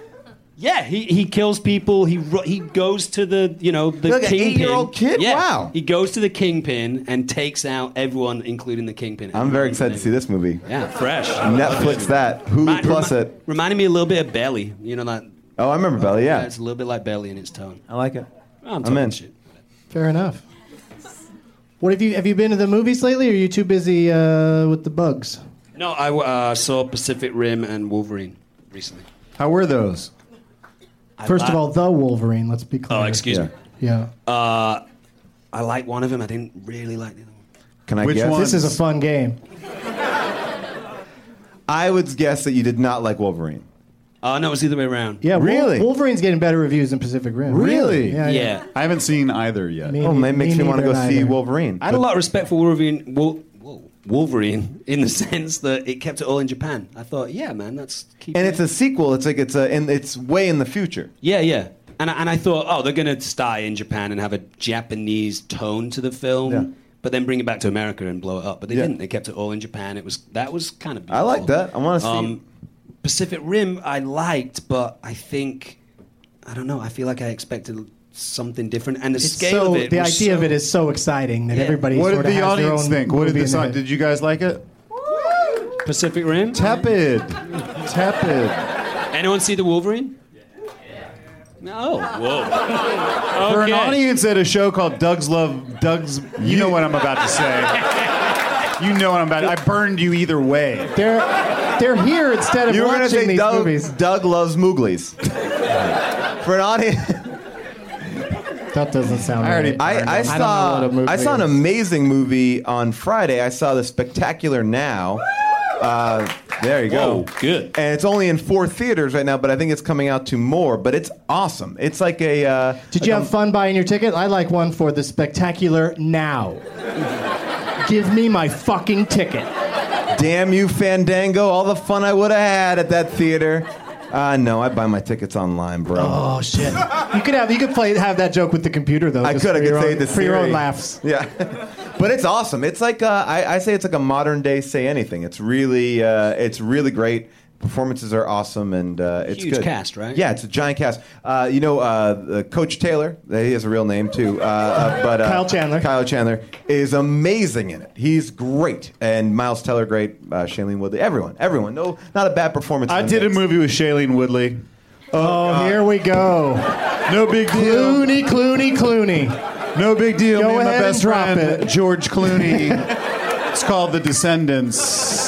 [SPEAKER 3] Yeah, he, he kills people. He ru- he goes to the you know the
[SPEAKER 4] Like an
[SPEAKER 3] kingpin.
[SPEAKER 4] eight-year-old kid?
[SPEAKER 3] Yeah.
[SPEAKER 4] Wow.
[SPEAKER 3] He goes to the kingpin and takes out everyone, including the kingpin.
[SPEAKER 4] I'm very excited to see this movie.
[SPEAKER 3] Yeah, fresh.
[SPEAKER 4] Netflix that Hulu
[SPEAKER 3] Remi-
[SPEAKER 4] Plus
[SPEAKER 3] remi-
[SPEAKER 4] it.
[SPEAKER 3] Reminded me a little bit of Belly. You know that.
[SPEAKER 4] Oh, I remember Belly. Yeah,
[SPEAKER 3] It's a little bit like Belly in its tone.
[SPEAKER 4] I like it.
[SPEAKER 3] I'm,
[SPEAKER 4] I'm
[SPEAKER 3] talking
[SPEAKER 4] in.
[SPEAKER 3] shit.
[SPEAKER 2] Fair enough. What have you have you been to the movies lately? Or are you too busy uh, with the bugs?
[SPEAKER 3] No, I uh, saw Pacific Rim and Wolverine recently.
[SPEAKER 5] How were those?
[SPEAKER 2] First of all, the Wolverine. Let's be clear.
[SPEAKER 3] Oh, excuse
[SPEAKER 4] Yeah.
[SPEAKER 3] me.
[SPEAKER 2] Yeah,
[SPEAKER 3] I like one of them. I didn't really like the other one.
[SPEAKER 4] Can I
[SPEAKER 5] Which
[SPEAKER 4] guess?
[SPEAKER 5] one?
[SPEAKER 2] this is a fun game.
[SPEAKER 4] I would guess that you did not like Wolverine.
[SPEAKER 3] Oh no, it was the other way around.
[SPEAKER 2] Yeah, Wol-
[SPEAKER 4] Really?
[SPEAKER 2] Wolverine's getting better reviews than Pacific Rim.
[SPEAKER 5] Really?
[SPEAKER 2] Yeah.
[SPEAKER 3] Yeah.
[SPEAKER 5] I haven't seen either yet.
[SPEAKER 2] Me-
[SPEAKER 4] Oh, man, makes me, want to
[SPEAKER 2] neither,
[SPEAKER 4] go see
[SPEAKER 2] neither.
[SPEAKER 4] Wolverine.
[SPEAKER 3] I had a lot of respect for Wolverine. Wol- Whoa. Wolverine in the sense that it kept it all in Japan. I thought, yeah, man, that's keep
[SPEAKER 4] And
[SPEAKER 3] it.
[SPEAKER 4] it's a sequel. It's like it's a, and it's way in the future.
[SPEAKER 3] Yeah, yeah. And I, and I thought, oh, they're going to stay in Japan and have a Japanese tone to the film,
[SPEAKER 4] Yeah.
[SPEAKER 3] but then bring it back to America and blow it up. But they
[SPEAKER 4] Yeah.
[SPEAKER 3] didn't. They kept it all in Japan. It was that was kind of.
[SPEAKER 4] I
[SPEAKER 3] Beautiful. Um,
[SPEAKER 4] like that. I wanna see-
[SPEAKER 3] Pacific Rim. I liked, but I think I don't know. I feel like I expected something different, and the scale
[SPEAKER 2] so
[SPEAKER 3] of it.
[SPEAKER 2] the
[SPEAKER 3] was
[SPEAKER 2] idea
[SPEAKER 3] so-
[SPEAKER 2] of it is so exciting that
[SPEAKER 3] Yeah.
[SPEAKER 2] everybody
[SPEAKER 5] What did
[SPEAKER 2] sort of
[SPEAKER 5] the
[SPEAKER 2] has their
[SPEAKER 5] audience
[SPEAKER 2] own
[SPEAKER 5] think? What did
[SPEAKER 2] movie in
[SPEAKER 5] the
[SPEAKER 2] their
[SPEAKER 5] song?
[SPEAKER 2] head.
[SPEAKER 5] Did you guys like it?
[SPEAKER 3] Pacific Rim.
[SPEAKER 5] Tepid, tepid.
[SPEAKER 3] Anyone see the Wolverine? No. Whoa.
[SPEAKER 5] For
[SPEAKER 3] Okay.
[SPEAKER 5] an audience at a show called Doug's Love, Doug's. You know what I'm about to say. You know what I'm about. I burned you either way.
[SPEAKER 2] They're they're here instead of
[SPEAKER 4] You were going to
[SPEAKER 2] watching
[SPEAKER 4] say
[SPEAKER 2] these
[SPEAKER 4] Doug,
[SPEAKER 2] movies.
[SPEAKER 4] Doug loves Mooglies. For an audience,
[SPEAKER 2] That doesn't sound
[SPEAKER 5] I already-
[SPEAKER 2] right.
[SPEAKER 4] I, I
[SPEAKER 2] know
[SPEAKER 4] saw
[SPEAKER 2] what a movie
[SPEAKER 4] I saw an
[SPEAKER 2] is.
[SPEAKER 4] amazing movie on Friday. I saw The Spectacular Now. Uh, there you go.
[SPEAKER 3] Whoa, good.
[SPEAKER 4] And it's only in four theaters right now, but I think it's coming out to more. But it's awesome. It's like a. Uh,
[SPEAKER 2] Did you have fun buying your ticket? I like one for the spectacular now. Give me my fucking ticket.
[SPEAKER 4] Damn you, Fandango! All the fun I would have had at that theater. Uh, no, I buy my tickets online, bro.
[SPEAKER 2] Oh shit! You could have you could play have that joke with the computer though.
[SPEAKER 4] I
[SPEAKER 2] just
[SPEAKER 4] could. I
[SPEAKER 2] for your
[SPEAKER 4] could say
[SPEAKER 2] own-
[SPEAKER 4] the
[SPEAKER 2] for your own
[SPEAKER 4] Siri.
[SPEAKER 2] laughs.
[SPEAKER 4] Yeah, but it's awesome. It's like uh, I, I say it's like a modern day say anything. It's really uh, it's really great. Performances are awesome and uh, it's
[SPEAKER 3] Huge
[SPEAKER 4] good.
[SPEAKER 3] cast, right?
[SPEAKER 4] Yeah, it's a giant cast. Uh, you know, uh, uh, Coach Taylor, he has a real name too, uh, uh, but uh,
[SPEAKER 2] Kyle Chandler.
[SPEAKER 4] Kyle Chandler is amazing in it. He's great, and Miles Teller, great. Uh, Shailene Woodley, everyone, everyone. No, not a bad performance.
[SPEAKER 5] I
[SPEAKER 4] in
[SPEAKER 5] did a
[SPEAKER 4] that.
[SPEAKER 5] movie with Shailene Woodley.
[SPEAKER 2] Oh, here we go.
[SPEAKER 5] No big deal.
[SPEAKER 2] Clooney, Clooney, Clooney.
[SPEAKER 5] No big deal.
[SPEAKER 2] Go
[SPEAKER 5] Me and my
[SPEAKER 2] ahead and
[SPEAKER 5] best
[SPEAKER 2] drop
[SPEAKER 5] friend,
[SPEAKER 2] it.
[SPEAKER 5] George Clooney. it's called The Descendants.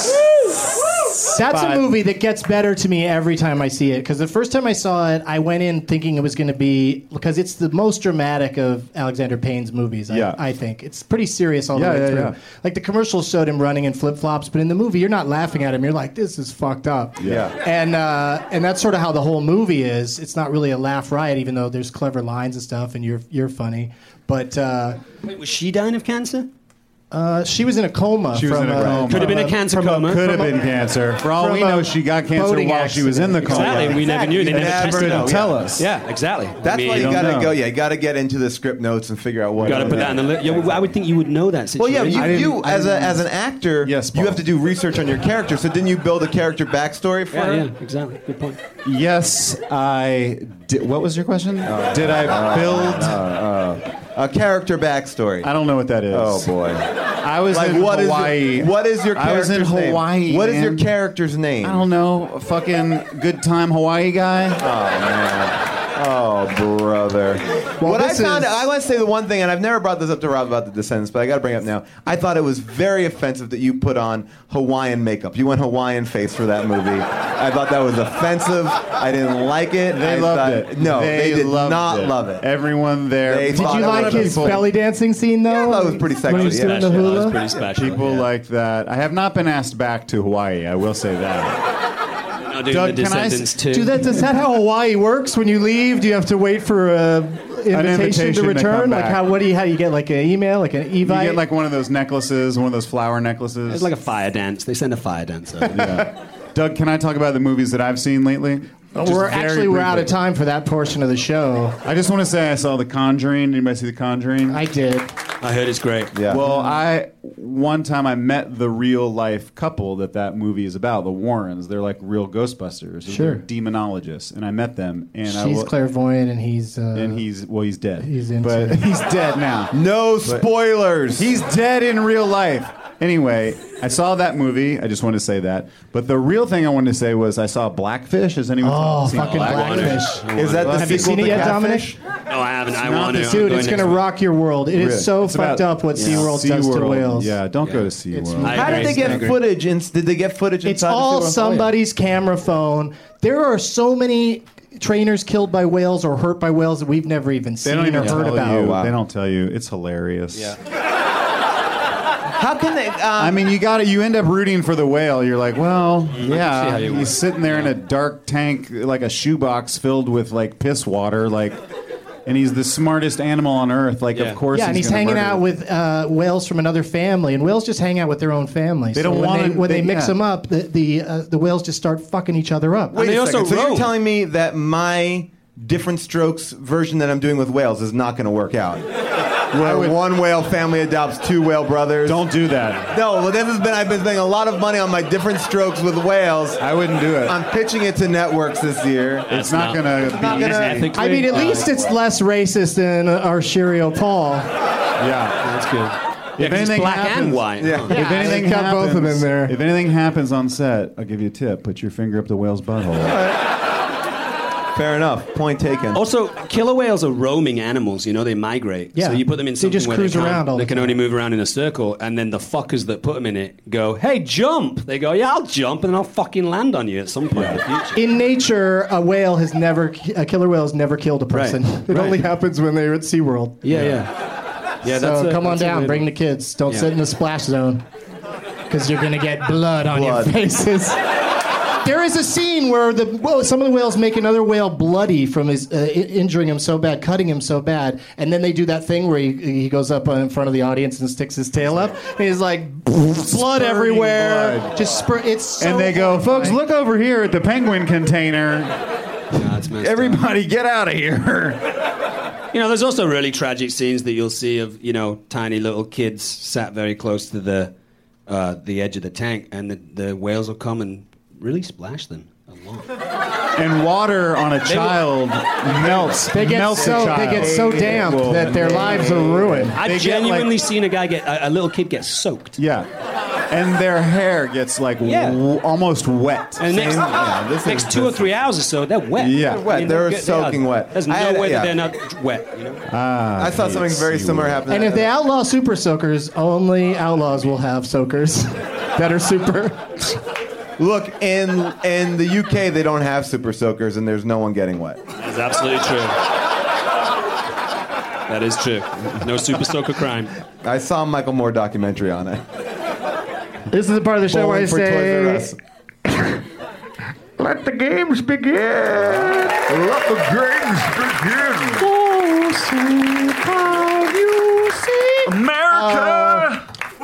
[SPEAKER 2] That's a
[SPEAKER 5] Fun.
[SPEAKER 2] movie that gets better to me every time I see it. Because the first time I saw it, I went in thinking it was going to be because it's the most dramatic of Alexander Payne's movies. I,
[SPEAKER 5] Yeah.
[SPEAKER 2] I think it's pretty serious all the
[SPEAKER 5] Yeah,
[SPEAKER 2] way
[SPEAKER 5] yeah,
[SPEAKER 2] through.
[SPEAKER 5] yeah.
[SPEAKER 2] Like the commercials showed him running in flip flops, but in the movie, you're not laughing at him. You're like, this is fucked up.
[SPEAKER 5] Yeah.
[SPEAKER 2] And uh, and that's sort of how the whole movie is. It's not really a laugh riot, even though there's clever lines and stuff, and you're you're funny. But uh,
[SPEAKER 3] Wait, was she dying of cancer?
[SPEAKER 2] uh, she was in a coma.
[SPEAKER 5] She was
[SPEAKER 2] from
[SPEAKER 5] in a coma.
[SPEAKER 3] Could have been a
[SPEAKER 2] from
[SPEAKER 3] cancer
[SPEAKER 2] from
[SPEAKER 3] coma.
[SPEAKER 5] Could have been cancer. For all
[SPEAKER 2] From
[SPEAKER 5] we
[SPEAKER 2] a
[SPEAKER 5] know, she got cancer
[SPEAKER 2] boating
[SPEAKER 5] while she was in the coma.
[SPEAKER 3] Exactly. We never knew. They
[SPEAKER 4] You
[SPEAKER 3] never
[SPEAKER 4] never
[SPEAKER 3] tested
[SPEAKER 4] know,
[SPEAKER 3] it.
[SPEAKER 4] yeah.
[SPEAKER 5] Tell us.
[SPEAKER 3] Yeah, exactly. I
[SPEAKER 4] That's
[SPEAKER 3] mean,
[SPEAKER 4] why you
[SPEAKER 5] don't
[SPEAKER 4] gotta
[SPEAKER 5] know.
[SPEAKER 4] go. Yeah, you gotta get into the script notes and figure out what.
[SPEAKER 3] You got to put that on the list. Yeah, well, I would think you would know that
[SPEAKER 4] Well,
[SPEAKER 3] situation.
[SPEAKER 4] yeah, you,
[SPEAKER 5] I didn't-
[SPEAKER 4] you
[SPEAKER 5] I
[SPEAKER 4] as, a,
[SPEAKER 5] didn't-
[SPEAKER 4] as an actor,
[SPEAKER 5] Yes,
[SPEAKER 4] you
[SPEAKER 5] Paul.
[SPEAKER 4] have to do research on your character. So didn't you build a character backstory for
[SPEAKER 3] Yeah,
[SPEAKER 4] her?
[SPEAKER 3] yeah, exactly. Good point.
[SPEAKER 5] Yes, I did. What was your question? did I build?
[SPEAKER 4] A character backstory.
[SPEAKER 5] I don't know what that is.
[SPEAKER 4] Oh boy!
[SPEAKER 5] I was
[SPEAKER 4] like
[SPEAKER 5] in
[SPEAKER 4] what is
[SPEAKER 5] Hawaii.
[SPEAKER 4] your, what is your
[SPEAKER 5] I was
[SPEAKER 4] character's
[SPEAKER 5] in Hawaii.
[SPEAKER 4] Name? What is your
[SPEAKER 5] man.
[SPEAKER 4] character's name?
[SPEAKER 5] I don't know. A fucking good time Hawaii guy.
[SPEAKER 4] Oh brother!
[SPEAKER 2] Well,
[SPEAKER 4] what I
[SPEAKER 2] this
[SPEAKER 4] found,
[SPEAKER 2] is-
[SPEAKER 4] I want to say the one thing, and I've never brought this up to Rob about the Descendants, but I got to bring it up now. I thought it was very offensive that you put on Hawaiian makeup. You went Hawaiian face for that movie. I thought that was offensive. I didn't like it.
[SPEAKER 5] They
[SPEAKER 4] I
[SPEAKER 5] loved
[SPEAKER 4] thought-
[SPEAKER 5] it.
[SPEAKER 4] No, they, did
[SPEAKER 5] loved
[SPEAKER 4] not love it.
[SPEAKER 5] Everyone there.
[SPEAKER 4] They
[SPEAKER 2] Did
[SPEAKER 4] thought
[SPEAKER 2] you
[SPEAKER 4] it
[SPEAKER 2] like
[SPEAKER 4] was
[SPEAKER 2] his
[SPEAKER 4] people-
[SPEAKER 2] belly dancing scene though?
[SPEAKER 4] Yeah, that was pretty
[SPEAKER 2] When
[SPEAKER 4] sexy,
[SPEAKER 2] he was doing
[SPEAKER 4] yeah.
[SPEAKER 2] the
[SPEAKER 3] Special. That
[SPEAKER 2] hula?
[SPEAKER 3] was pretty special.
[SPEAKER 5] People
[SPEAKER 3] yeah.
[SPEAKER 5] like that. I have not been asked back to Hawaii. I will say that.
[SPEAKER 3] They're not doing
[SPEAKER 5] Doug,
[SPEAKER 3] the
[SPEAKER 5] can I s-
[SPEAKER 3] Descendants too.
[SPEAKER 2] Do that? Is that how Hawaii works? When you leave, do you have to wait for a invitation,
[SPEAKER 5] invitation
[SPEAKER 2] to
[SPEAKER 5] to
[SPEAKER 2] return?
[SPEAKER 5] come
[SPEAKER 2] like
[SPEAKER 5] back.
[SPEAKER 2] how? What do you? How do you get like an email, like an
[SPEAKER 5] You
[SPEAKER 2] evite?
[SPEAKER 5] get like one of those necklaces, one of those flower necklaces.
[SPEAKER 3] It's like a fire dance. They send a fire dancer.
[SPEAKER 5] Doug, can I talk about the movies that I've seen lately? Just
[SPEAKER 2] we're
[SPEAKER 5] very
[SPEAKER 2] actually we're out of
[SPEAKER 5] briefly.
[SPEAKER 2] time for that portion of the show.
[SPEAKER 5] I just want to say I saw The Conjuring. Anybody see The Conjuring?
[SPEAKER 2] I did.
[SPEAKER 3] I heard it's great.
[SPEAKER 4] Yeah.
[SPEAKER 5] Well, I one time I met the real life couple that that movie is about, the Warrens. They're like real Ghostbusters.
[SPEAKER 2] Sure.
[SPEAKER 5] They're demonologists, and I met them, and I
[SPEAKER 2] She's
[SPEAKER 5] wa-
[SPEAKER 2] clairvoyant, and he's. Uh,
[SPEAKER 5] and he's well, he's dead.
[SPEAKER 2] He's into
[SPEAKER 5] but
[SPEAKER 2] it.
[SPEAKER 5] he's dead now.
[SPEAKER 4] No spoilers.
[SPEAKER 5] He's dead in real life. Anyway, I saw that movie. I just wanted to say that. But the real thing I wanted to say was I saw Blackfish. Has anyone
[SPEAKER 2] oh,
[SPEAKER 5] seen
[SPEAKER 2] fucking
[SPEAKER 3] I want it.
[SPEAKER 2] blackfish.
[SPEAKER 3] I
[SPEAKER 4] is
[SPEAKER 3] want
[SPEAKER 4] that the
[SPEAKER 2] Have you
[SPEAKER 4] sequel
[SPEAKER 2] seen it
[SPEAKER 4] to
[SPEAKER 2] yet,
[SPEAKER 4] Catfish?
[SPEAKER 3] No, I haven't. I want to.
[SPEAKER 2] Dude, it's gonna rock your world. It is
[SPEAKER 5] Really?
[SPEAKER 2] so
[SPEAKER 5] It's
[SPEAKER 2] fucked
[SPEAKER 5] about
[SPEAKER 2] up what SeaWorld does to
[SPEAKER 5] SeaWorld.
[SPEAKER 2] whales.
[SPEAKER 5] Yeah, don't go to
[SPEAKER 2] It's-
[SPEAKER 5] SeaWorld.
[SPEAKER 2] I
[SPEAKER 4] How did they get footage? In, did they get footage
[SPEAKER 2] It's
[SPEAKER 4] inside? the
[SPEAKER 2] all
[SPEAKER 4] sewer?
[SPEAKER 2] somebody's camera phone. There are so many trainers killed by whales or hurt by whales that we've never even
[SPEAKER 5] They
[SPEAKER 2] seen
[SPEAKER 5] don't even
[SPEAKER 2] or heard
[SPEAKER 5] tell
[SPEAKER 2] about.
[SPEAKER 5] you.
[SPEAKER 4] Wow.
[SPEAKER 5] They don't tell you. It's hilarious. Yeah.
[SPEAKER 4] How can they?
[SPEAKER 5] I
[SPEAKER 4] Um,
[SPEAKER 5] mean, you got to You end up rooting for the whale. You're like, well,
[SPEAKER 3] Mm, see
[SPEAKER 5] yeah.
[SPEAKER 3] how you
[SPEAKER 5] He's
[SPEAKER 3] work.
[SPEAKER 5] sitting there in a dark tank, like a shoebox filled with like piss water. Like, and he's the smartest animal on earth. Like,
[SPEAKER 3] Yeah.
[SPEAKER 5] of course.
[SPEAKER 2] yeah, and he's
[SPEAKER 5] gonna
[SPEAKER 2] hanging
[SPEAKER 5] murder
[SPEAKER 2] out
[SPEAKER 5] it.
[SPEAKER 2] with uh, whales from another family, and whales just hang out with their own family. They
[SPEAKER 5] don't
[SPEAKER 2] when
[SPEAKER 5] wanna-
[SPEAKER 2] they, when they,
[SPEAKER 5] they-
[SPEAKER 2] mix
[SPEAKER 5] yeah.
[SPEAKER 2] them up, the the, uh, the whales just start fucking each other up.
[SPEAKER 4] Wait
[SPEAKER 3] they
[SPEAKER 4] a
[SPEAKER 3] also
[SPEAKER 4] second. So
[SPEAKER 3] roam.
[SPEAKER 4] you're telling me that my different strokes version that I'm doing with whales is not going to work out? Where one whale family adopts two whale brothers.
[SPEAKER 5] Don't do that.
[SPEAKER 4] No, well, this has been I've been spending a lot of money on my different strokes with whales.
[SPEAKER 5] I wouldn't do it.
[SPEAKER 4] I'm pitching it to networks this year.
[SPEAKER 5] it's
[SPEAKER 3] not-
[SPEAKER 5] not, gonna
[SPEAKER 3] not
[SPEAKER 5] be
[SPEAKER 3] gonna-
[SPEAKER 5] easy.
[SPEAKER 3] Ethically-
[SPEAKER 2] I mean, at least it's less racist than uh, our Sherio Paul.
[SPEAKER 5] yeah.
[SPEAKER 3] That's good.
[SPEAKER 5] If anything
[SPEAKER 3] black
[SPEAKER 5] happens-
[SPEAKER 3] and white.
[SPEAKER 4] Yeah.
[SPEAKER 3] huh?
[SPEAKER 5] If anything
[SPEAKER 2] they got both
[SPEAKER 5] happens,
[SPEAKER 2] of them there.
[SPEAKER 5] If anything happens on set, I'll give you a tip. Put your finger up the whale's butthole.
[SPEAKER 4] Fair enough. Point taken.
[SPEAKER 3] Also, killer whales are roaming animals. You know, they migrate.
[SPEAKER 2] Yeah.
[SPEAKER 3] So you put them in
[SPEAKER 2] They
[SPEAKER 3] something
[SPEAKER 2] just
[SPEAKER 3] where
[SPEAKER 2] cruise
[SPEAKER 3] they, can't-
[SPEAKER 2] around all
[SPEAKER 3] they
[SPEAKER 2] the
[SPEAKER 3] can
[SPEAKER 2] time.
[SPEAKER 3] only move around in a circle, and then the fuckers that put them in it go, "Hey, jump!" They go, "Yeah, I'll jump, and then I'll fucking land on you at some point." in the future."
[SPEAKER 2] In nature, a whale has never, a killer whale has never killed a person.
[SPEAKER 3] Right,
[SPEAKER 2] It
[SPEAKER 3] right.
[SPEAKER 2] only happens when they're at SeaWorld.
[SPEAKER 3] Yeah, yeah, yeah. that's
[SPEAKER 2] so
[SPEAKER 3] a-
[SPEAKER 2] come on
[SPEAKER 3] that's a
[SPEAKER 2] down,
[SPEAKER 3] weird
[SPEAKER 2] bring
[SPEAKER 3] one.
[SPEAKER 2] the kids. Don't
[SPEAKER 3] Yeah.
[SPEAKER 2] sit in the splash zone because you're gonna get blood on your
[SPEAKER 4] Blood.
[SPEAKER 2] faces. There is a scene where the well, some of the whales make another whale bloody from his uh, i- injuring him so bad, cutting him so bad, and then they do that thing where he, he goes up in front of the audience and sticks his tail up, and he's like blood everywhere,
[SPEAKER 5] blood.
[SPEAKER 2] just spur- it's so
[SPEAKER 5] and they go, folks,
[SPEAKER 2] horrifying."
[SPEAKER 5] look over here at the penguin container.
[SPEAKER 3] Yeah, it's messed up.
[SPEAKER 5] Everybody, get out of here.
[SPEAKER 3] You know, there's also really tragic scenes that you'll see of you know tiny little kids sat very close to the uh, the edge of the tank, and the, the whales will come and really splash them a lot.
[SPEAKER 5] and water on a child melts.
[SPEAKER 2] They get
[SPEAKER 5] melts a
[SPEAKER 2] so they
[SPEAKER 5] child.
[SPEAKER 2] get so damp that their lives are ruined.
[SPEAKER 3] I've
[SPEAKER 5] They get, like-
[SPEAKER 3] genuinely seen a guy get a, a little kid get soaked.
[SPEAKER 5] Yeah. And their hair gets like
[SPEAKER 3] Yeah.
[SPEAKER 5] w- almost wet.
[SPEAKER 3] And next,
[SPEAKER 4] yeah, this
[SPEAKER 3] next
[SPEAKER 4] is-
[SPEAKER 3] two or three hours or so, they're wet.
[SPEAKER 5] Yeah.
[SPEAKER 3] I
[SPEAKER 5] Wet,
[SPEAKER 3] mean,
[SPEAKER 4] they're
[SPEAKER 3] they are-
[SPEAKER 4] soaking wet.
[SPEAKER 3] There's no
[SPEAKER 4] I had-
[SPEAKER 3] way that
[SPEAKER 4] yeah.
[SPEAKER 3] they're not wet. You know?
[SPEAKER 5] Ah,
[SPEAKER 4] I saw
[SPEAKER 5] hate
[SPEAKER 4] something very
[SPEAKER 5] SeaWorld.
[SPEAKER 4] similar happen.
[SPEAKER 2] And if they outlaw super soakers, only outlaws will have soakers that are super.
[SPEAKER 4] Look, in in the UK they don't have super soakers and there's no one getting wet.
[SPEAKER 3] That's absolutely true. That is true. No super soaker crime.
[SPEAKER 4] I saw a Michael Moore documentary on it.
[SPEAKER 2] This is the part of the show where I
[SPEAKER 4] Bowling for Toys R
[SPEAKER 2] say,
[SPEAKER 4] Us. Let the games begin.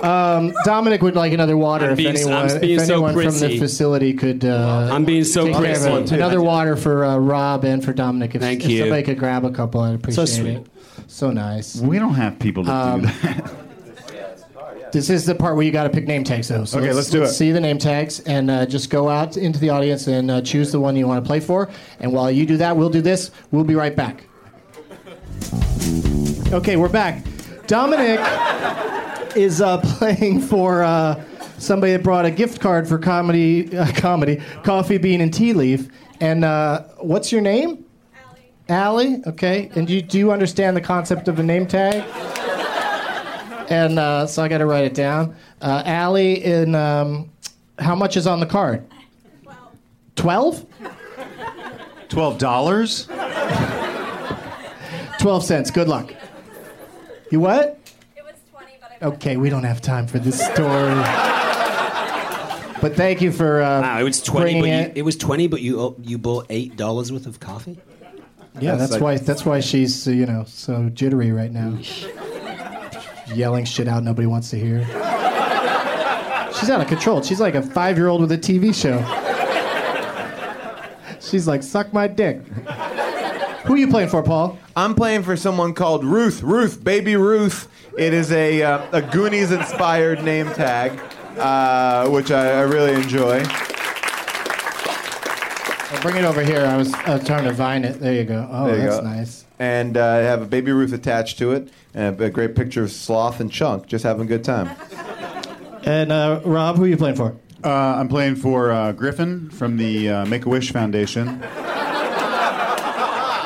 [SPEAKER 5] Uh,
[SPEAKER 2] Dominic would like another water
[SPEAKER 3] I'm
[SPEAKER 2] if
[SPEAKER 3] being-
[SPEAKER 2] anyone,
[SPEAKER 3] I'm
[SPEAKER 2] if
[SPEAKER 3] being so
[SPEAKER 2] anyone from the
[SPEAKER 3] prissy.
[SPEAKER 2] facility could. Uh,
[SPEAKER 3] I'm being so
[SPEAKER 2] take care of
[SPEAKER 3] prissy.
[SPEAKER 2] it. Another water for uh, Rob and for Dominic. If,
[SPEAKER 3] Thank
[SPEAKER 2] if
[SPEAKER 3] you.
[SPEAKER 2] somebody could grab a couple, I'd appreciate
[SPEAKER 3] sweet.
[SPEAKER 2] it. So nice.
[SPEAKER 5] We don't have people to
[SPEAKER 2] Um,
[SPEAKER 5] do that.
[SPEAKER 2] This is the part where you got to pick name tags, though. So
[SPEAKER 5] Okay, let's do it.
[SPEAKER 2] See the name tags and uh, just go out into the audience and uh, choose the one you want to play for. And while you do that, we'll do this. We'll be right back. Okay, we're back. Dominic is uh, playing for uh, somebody that brought a gift card for comedy, uh, comedy, coffee bean and tea leaf. And uh, what's your name? Allie. Okay. And you do you understand the concept of a name tag? and uh, so I got to write it down. Uh, Allie, in um, how much is on the card? Twelve.
[SPEAKER 5] Twelve dollars?
[SPEAKER 2] Twelve cents. Good luck. You what?
[SPEAKER 6] It was 20, but I
[SPEAKER 2] Okay, we don't have time for this story. but thank you for. Uh,
[SPEAKER 3] Wow, it was twenty,
[SPEAKER 2] bringing
[SPEAKER 3] but you,
[SPEAKER 2] it.
[SPEAKER 3] it was twenty, but you uh, you bought eight dollars worth of coffee.
[SPEAKER 2] yeah, that's,
[SPEAKER 5] That's like-
[SPEAKER 2] why. That's why she's uh, you know so jittery right now, yelling shit out nobody wants to hear. She's out of control. She's like a five-year-old with a TV show. She's like, suck my dick. Who are you playing for, Paul?
[SPEAKER 4] I'm playing for someone called Ruth. Ruth, baby Ruth. It is a, uh, a Goonies inspired name tag, uh, which I, I really enjoy.
[SPEAKER 2] Well, Uh, bring it over here. I was uh, trying to vine it. There you go. Oh,
[SPEAKER 4] There you
[SPEAKER 2] that's
[SPEAKER 4] go.
[SPEAKER 2] nice.
[SPEAKER 4] And uh, I have a baby Ruth attached to it, and a, a great picture of Sloth and Chunk just having a good time.
[SPEAKER 2] And uh, Rob, who are you playing for?
[SPEAKER 5] Uh, I'm playing for uh, Griffin from the uh, Make a Wish Foundation.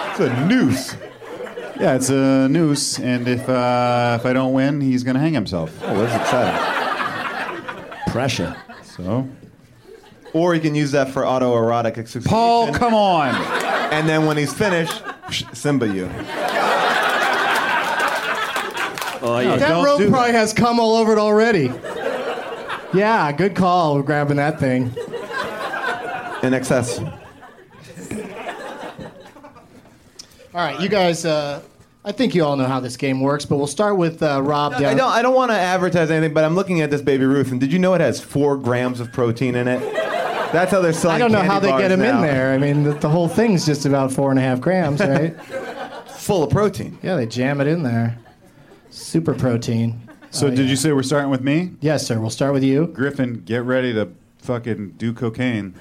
[SPEAKER 4] It's a noose.
[SPEAKER 5] Yeah, it's a noose, and if uh, if I don't win, he's gonna hang himself.
[SPEAKER 4] Oh, that's exciting.
[SPEAKER 3] Pressure.
[SPEAKER 5] So,
[SPEAKER 4] Or you can use that for autoerotic asphyxiation.
[SPEAKER 5] Paul, Oh, come on!
[SPEAKER 4] And then when he's finished, Simba you.
[SPEAKER 3] Oh yeah.
[SPEAKER 2] that
[SPEAKER 4] don't
[SPEAKER 2] rope
[SPEAKER 4] do
[SPEAKER 2] probably has come all over it already. yeah, good call grabbing that thing.
[SPEAKER 4] In excess.
[SPEAKER 2] All right, you guys. Uh, I think you all know how this game works, but we'll start with uh, Rob.
[SPEAKER 4] I
[SPEAKER 2] down-
[SPEAKER 4] don't. I don't want to advertise anything, but I'm looking at this baby Ruth, and did you know it has four grams of protein in it? That's how they're selling.
[SPEAKER 2] I don't know
[SPEAKER 4] candy
[SPEAKER 2] how they
[SPEAKER 4] bars
[SPEAKER 2] get them
[SPEAKER 4] now.
[SPEAKER 2] in there. I mean, the, the whole thing's just about four and a half grams, right?
[SPEAKER 4] Full of protein.
[SPEAKER 2] yeah, they jam it in there. Super protein.
[SPEAKER 5] So did you say we're starting with me?
[SPEAKER 2] Yes, sir. We'll start with you.
[SPEAKER 5] Griffin, get ready to fucking do cocaine.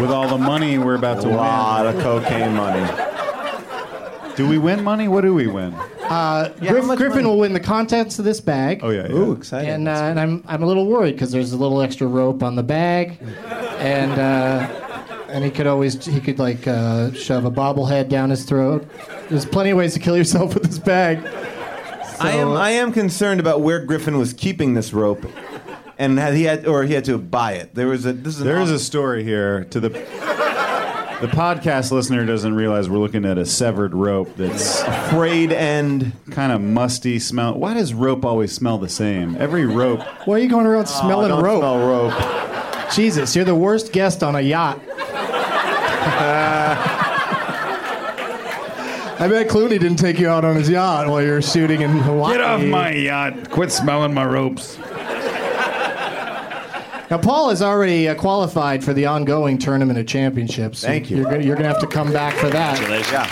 [SPEAKER 5] With all the money we're about
[SPEAKER 4] A
[SPEAKER 5] to
[SPEAKER 4] lot of cocaine money.
[SPEAKER 5] win. Do we win money? What do we win?
[SPEAKER 2] Griff-
[SPEAKER 4] how much
[SPEAKER 2] Griffin
[SPEAKER 4] money?
[SPEAKER 2] will win the contents of this bag.
[SPEAKER 5] Oh yeah. yeah.
[SPEAKER 4] Ooh, exciting.
[SPEAKER 2] And, uh, and I'm, I'm a little worried because there's a little extra rope on the bag, and uh, and he could always he could like uh, shove a bobblehead down his throat. There's plenty of ways to kill yourself with this bag.
[SPEAKER 4] I am. I am concerned about where Griffin was keeping this rope, and had he had or he had to buy it. There was a. This is an
[SPEAKER 5] There is
[SPEAKER 4] awesome-
[SPEAKER 5] a story here to the the podcast listener doesn't realize we're looking at a severed rope that's
[SPEAKER 4] frayed end.
[SPEAKER 5] kind of musty smell. Why does rope always smell the same? Every rope.
[SPEAKER 2] Why are you going around smelling
[SPEAKER 4] Oh, don't
[SPEAKER 2] rope?
[SPEAKER 4] smell rope.
[SPEAKER 2] Jesus, you're the worst guest on a yacht. I bet Clooney didn't take you out on his yacht while you were shooting in Hawaii.
[SPEAKER 5] yacht. Quit smelling my ropes.
[SPEAKER 2] Now, Paul is already uh, qualified for the ongoing tournament of championships.
[SPEAKER 4] Thank you.
[SPEAKER 2] You're gonna, you're gonna have to come back for that.
[SPEAKER 4] Yeah.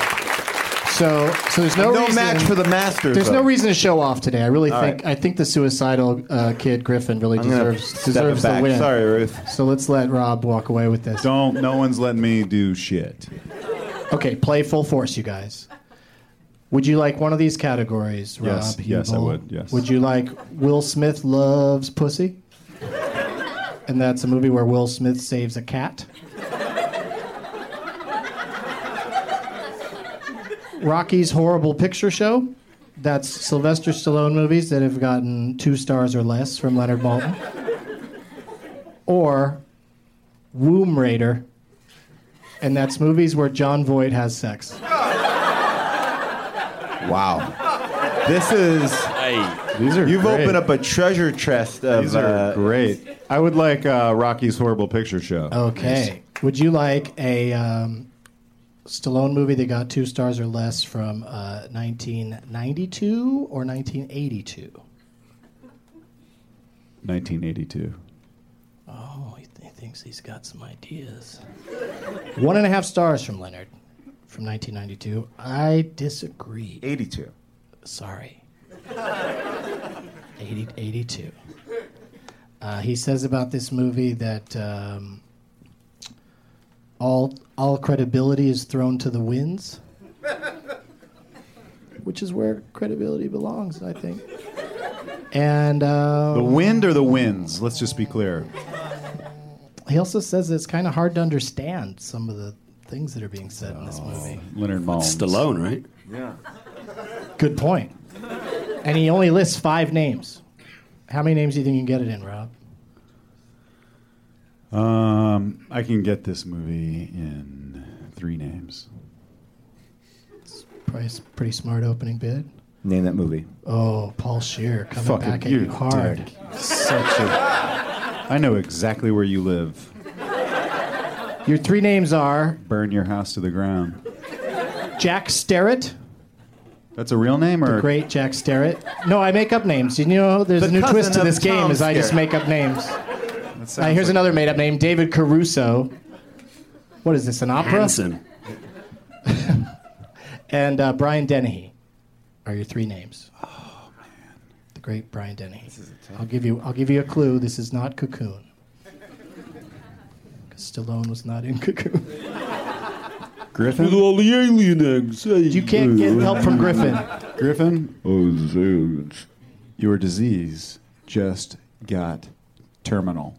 [SPEAKER 2] So, so there's no,
[SPEAKER 4] No
[SPEAKER 2] reason,
[SPEAKER 4] match for the Masters.
[SPEAKER 2] There's no
[SPEAKER 4] though.
[SPEAKER 2] reason to show off today. I really think
[SPEAKER 4] right.
[SPEAKER 2] I think the suicidal uh, kid Griffin really
[SPEAKER 4] I'm gonna
[SPEAKER 2] deserves
[SPEAKER 4] step it
[SPEAKER 2] deserves the
[SPEAKER 4] back.
[SPEAKER 2] win.
[SPEAKER 4] Sorry, Ruth.
[SPEAKER 2] So let's let Rob walk away with this.
[SPEAKER 5] Don't. No one's letting me do shit.
[SPEAKER 2] Okay, play full force, you guys. Would you like one of these categories, Rob?
[SPEAKER 5] Yes, yes, I
[SPEAKER 2] Hubel?
[SPEAKER 5] would, yes.
[SPEAKER 2] Would you like Will Smith loves pussy? And that's a movie where Will Smith saves a cat. Rocky's Horrible Picture Show. That's Sylvester Stallone movies that have gotten two stars or less from Leonard Maltin. Or Womb Raider, and that's movies where John Voight has sex.
[SPEAKER 4] Wow. This is.
[SPEAKER 3] Hey,
[SPEAKER 5] These are.
[SPEAKER 4] You've
[SPEAKER 5] great.
[SPEAKER 4] opened up a treasure chest of.
[SPEAKER 5] These are
[SPEAKER 4] uh,
[SPEAKER 5] great. I would like uh, Rocky's horrible picture show.
[SPEAKER 2] Okay. Would you like a um, Stallone movie that got two stars or less from uh, 1992 or 1982?
[SPEAKER 5] 1982.
[SPEAKER 2] Oh, he, th- he thinks he's got some ideas. One and a half stars from Leonard from 1992. I disagree.
[SPEAKER 4] 82.
[SPEAKER 2] Sorry. 80, 82. Uh, he says about this movie that um, all, all credibility is thrown to the winds, which is where credibility belongs, I think. And
[SPEAKER 5] The
[SPEAKER 2] uh,
[SPEAKER 5] wind or the winds? Let's just be clear.
[SPEAKER 2] he also says it's kind of hard to understand some of the things that are being said in this movie.
[SPEAKER 5] Leonard Maltin.
[SPEAKER 3] Stallone, right?
[SPEAKER 2] Good point. And he only lists five names. How many names do you think you can get it in, Rob?
[SPEAKER 5] Um, I can get this movie in three names.
[SPEAKER 2] Probably s- pretty smart opening bid.
[SPEAKER 4] Name that movie.
[SPEAKER 2] Oh, Paul Shear coming
[SPEAKER 5] Fucking
[SPEAKER 2] back at
[SPEAKER 5] you
[SPEAKER 2] you hard.
[SPEAKER 5] dick. Such a. I know exactly where you live.
[SPEAKER 2] Your three names are
[SPEAKER 5] Burn your house to the ground.
[SPEAKER 2] Jack Sterrett,
[SPEAKER 5] That's a real name, or
[SPEAKER 2] great Jack Sterrett. No, I make up names. You know, there's
[SPEAKER 4] The
[SPEAKER 2] a new
[SPEAKER 4] cousin
[SPEAKER 2] twist to
[SPEAKER 4] of
[SPEAKER 2] this game
[SPEAKER 4] Tom
[SPEAKER 2] is I just
[SPEAKER 4] Sterrett.
[SPEAKER 2] make up names.
[SPEAKER 5] That sounds
[SPEAKER 2] Uh, here's
[SPEAKER 5] like-
[SPEAKER 2] another made-up name, David Caruso. What is this, an opera?
[SPEAKER 3] Hanson.
[SPEAKER 2] And uh, Brian Dennehy are your three names. Oh man, the great Brian Dennehy. I'll give you. I'll give you a clue. This is not Cocoon. 'Cause Stallone was not in Cocoon.
[SPEAKER 5] Griffin.
[SPEAKER 3] all the alien eggs.
[SPEAKER 2] You can't get help from Griffin.
[SPEAKER 5] Griffin. Oh, Zeus. Your disease just got terminal.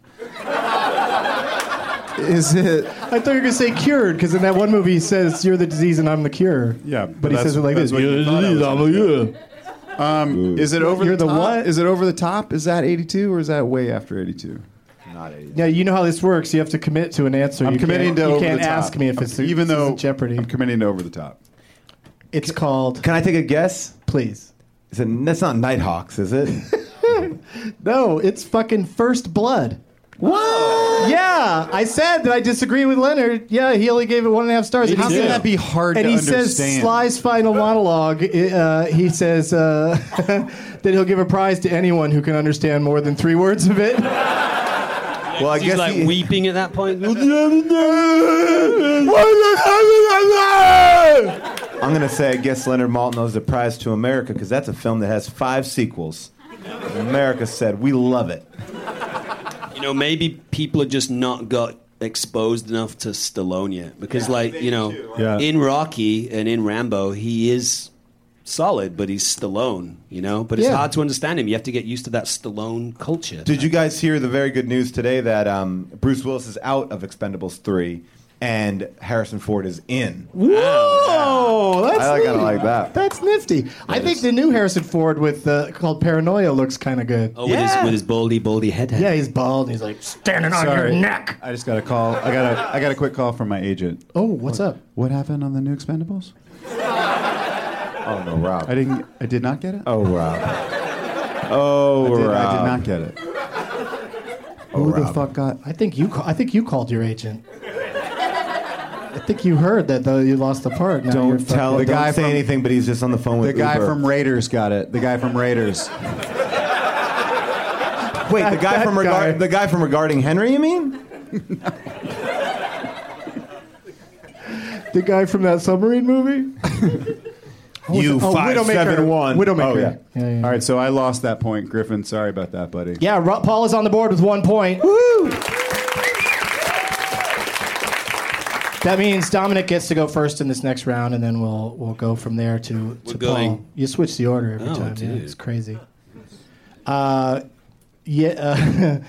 [SPEAKER 5] Is it?
[SPEAKER 2] I thought you were gonna say cured, because in that one movie he says you're the disease and I'm the cure.
[SPEAKER 5] Yeah,
[SPEAKER 2] but, he says it like this.
[SPEAKER 5] Um, is it over
[SPEAKER 2] You're
[SPEAKER 5] the,
[SPEAKER 2] the
[SPEAKER 5] top?
[SPEAKER 2] what?
[SPEAKER 5] Is it over the top? Is that 82 or is that way after 82?
[SPEAKER 4] Not 82.
[SPEAKER 2] Yeah, you know how this works. You have to commit to an answer.
[SPEAKER 5] I'm
[SPEAKER 2] you
[SPEAKER 5] committing
[SPEAKER 2] can't,
[SPEAKER 5] to
[SPEAKER 2] You
[SPEAKER 5] over
[SPEAKER 2] can't
[SPEAKER 5] the top.
[SPEAKER 2] ask me if
[SPEAKER 5] I'm-
[SPEAKER 2] it's this
[SPEAKER 5] even
[SPEAKER 2] isn't
[SPEAKER 5] though
[SPEAKER 2] Jeopardy.
[SPEAKER 5] I'm committing to over the top.
[SPEAKER 2] it's called.
[SPEAKER 4] Can I take a guess?
[SPEAKER 2] Please.
[SPEAKER 4] Is it, that's not Nighthawks, is it?
[SPEAKER 2] No, it's fucking First Blood.
[SPEAKER 4] Whoa!
[SPEAKER 2] Yeah, I said that I disagree with Leonard. Yeah, he only gave it one and a half stars.
[SPEAKER 5] How
[SPEAKER 2] And he
[SPEAKER 5] can
[SPEAKER 2] said-
[SPEAKER 5] that be hard
[SPEAKER 2] And
[SPEAKER 5] to
[SPEAKER 2] he says
[SPEAKER 5] understand?
[SPEAKER 2] Sly's final monologue. Uh, he says uh, that he'll give a prize to anyone who can understand more than three words of it.
[SPEAKER 4] Well, I
[SPEAKER 3] He's
[SPEAKER 4] guess
[SPEAKER 3] like
[SPEAKER 4] he-
[SPEAKER 3] weeping at that point.
[SPEAKER 4] I'm gonna say I guess Leonard Maltin owes the prize to America because that's a film that has five sequels. America said we love it.
[SPEAKER 3] You know, maybe people have just not got exposed enough to Stallone yet. Because, like, you know,
[SPEAKER 5] Yeah.
[SPEAKER 3] in Rocky and in Rambo, he is solid, but he's Stallone, you know? But it's
[SPEAKER 2] Yeah.
[SPEAKER 3] hard to understand him. You have to get used to that Stallone culture.
[SPEAKER 4] Did you guys hear the very good news today that um, Bruce Willis is out of Expendables three and Harrison Ford is in?
[SPEAKER 2] Whoa, that's
[SPEAKER 4] I kinda
[SPEAKER 2] neat.
[SPEAKER 4] like that.
[SPEAKER 2] That's nifty. I think the new Harrison Ford with uh, called Paranoia looks kind of good.
[SPEAKER 3] oh, with, his, with his baldy, baldy head. head.
[SPEAKER 2] Yeah, he's bald. and He's like standing on
[SPEAKER 5] Sorry.
[SPEAKER 2] your neck.
[SPEAKER 5] I just got a call. I got a I got a quick call from my agent.
[SPEAKER 2] Oh, what's up?
[SPEAKER 5] What happened on the new Expendables?
[SPEAKER 4] Oh no, Rob.
[SPEAKER 5] I didn't. I did not get it.
[SPEAKER 4] oh Rob. Oh
[SPEAKER 5] I did,
[SPEAKER 4] Rob.
[SPEAKER 5] I did not get it.
[SPEAKER 4] Oh,
[SPEAKER 5] Who the
[SPEAKER 4] Rob.
[SPEAKER 5] fuck got?
[SPEAKER 2] I think you. Ca- I think you called your agent. I think you heard that though you lost the part. Now you're
[SPEAKER 4] Don't tell.
[SPEAKER 2] fucking-
[SPEAKER 4] The guy
[SPEAKER 5] guy
[SPEAKER 4] don't say
[SPEAKER 5] from-
[SPEAKER 4] anything, but he's just on the phone with
[SPEAKER 5] The guy
[SPEAKER 4] Uber.
[SPEAKER 5] from Raiders got it. The guy from Raiders.
[SPEAKER 4] Wait, the guy
[SPEAKER 2] that
[SPEAKER 4] from regard
[SPEAKER 2] guy.
[SPEAKER 4] the guy from regarding Henry. You mean?
[SPEAKER 2] the guy from that submarine movie.
[SPEAKER 4] You
[SPEAKER 2] Oh,
[SPEAKER 4] five
[SPEAKER 2] Widowmaker.
[SPEAKER 4] seven one.
[SPEAKER 2] Widowmaker.
[SPEAKER 4] Oh, yeah.
[SPEAKER 2] Yeah, yeah, yeah.
[SPEAKER 5] All right, so I lost that point, Griffin. Sorry about that, buddy.
[SPEAKER 2] Yeah, Ro- Paul is on the board with one point.
[SPEAKER 4] Woo!
[SPEAKER 2] That means Dominic gets to go first in this next round, and then we'll we'll go from there to,
[SPEAKER 3] We're
[SPEAKER 2] to Paul.
[SPEAKER 3] going-
[SPEAKER 2] You switch the order every
[SPEAKER 3] Oh,
[SPEAKER 2] time. Yeah,
[SPEAKER 3] dude.
[SPEAKER 2] it's crazy. Uh, yeah,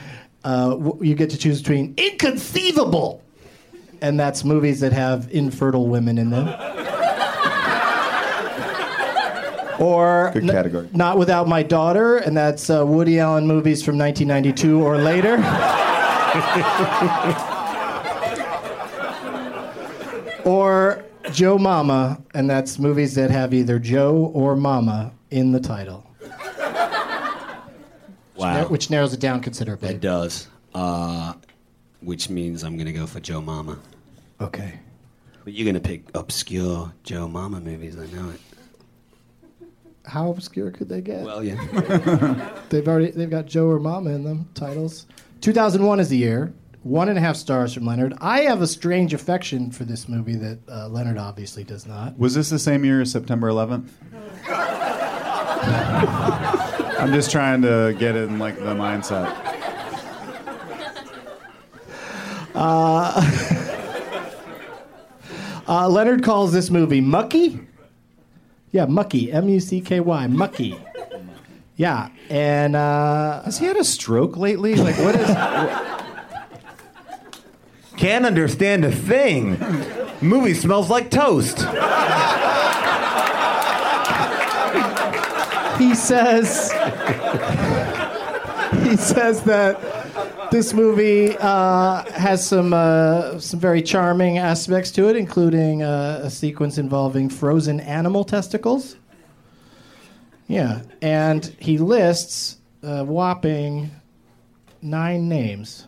[SPEAKER 2] uh, uh, w- you get to choose between inconceivable, and that's movies that have infertile women in them. Or
[SPEAKER 4] Good
[SPEAKER 2] n-
[SPEAKER 4] category.
[SPEAKER 2] Not without my daughter, and that's uh, Woody Allen movies from 1992 or later. or Joe Mama, and that's movies that have either Joe or Mama in the title,
[SPEAKER 3] Wow.
[SPEAKER 2] which narrows it down
[SPEAKER 3] It
[SPEAKER 2] considerably.
[SPEAKER 3] does. Uh, which means I'm going to go for Joe Mama.
[SPEAKER 2] Okay.
[SPEAKER 3] But you're going to pick obscure Joe Mama movies, I know it.
[SPEAKER 2] How obscure could they get?
[SPEAKER 3] Well, yeah.
[SPEAKER 2] they've already they've got Joe or Mama in them titles. 2001 is the year. One and a half stars from Leonard. I have a strange affection for this movie that uh, Leonard obviously does not.
[SPEAKER 5] Was this the same year as September 11th? I'm just trying to get in like the mindset.
[SPEAKER 2] Uh, Leonard calls this movie Mucky. Yeah, Mucky. M U C K Y. Mucky. Yeah, and uh,
[SPEAKER 5] Has he had a stroke lately? Like, what is?
[SPEAKER 4] Can't understand a thing. Movie smells like toast.
[SPEAKER 2] he says he says that this movie uh, has some uh, some very charming aspects to it, including uh, a sequence involving frozen animal testicles. Yeah, and he lists a whopping nine names.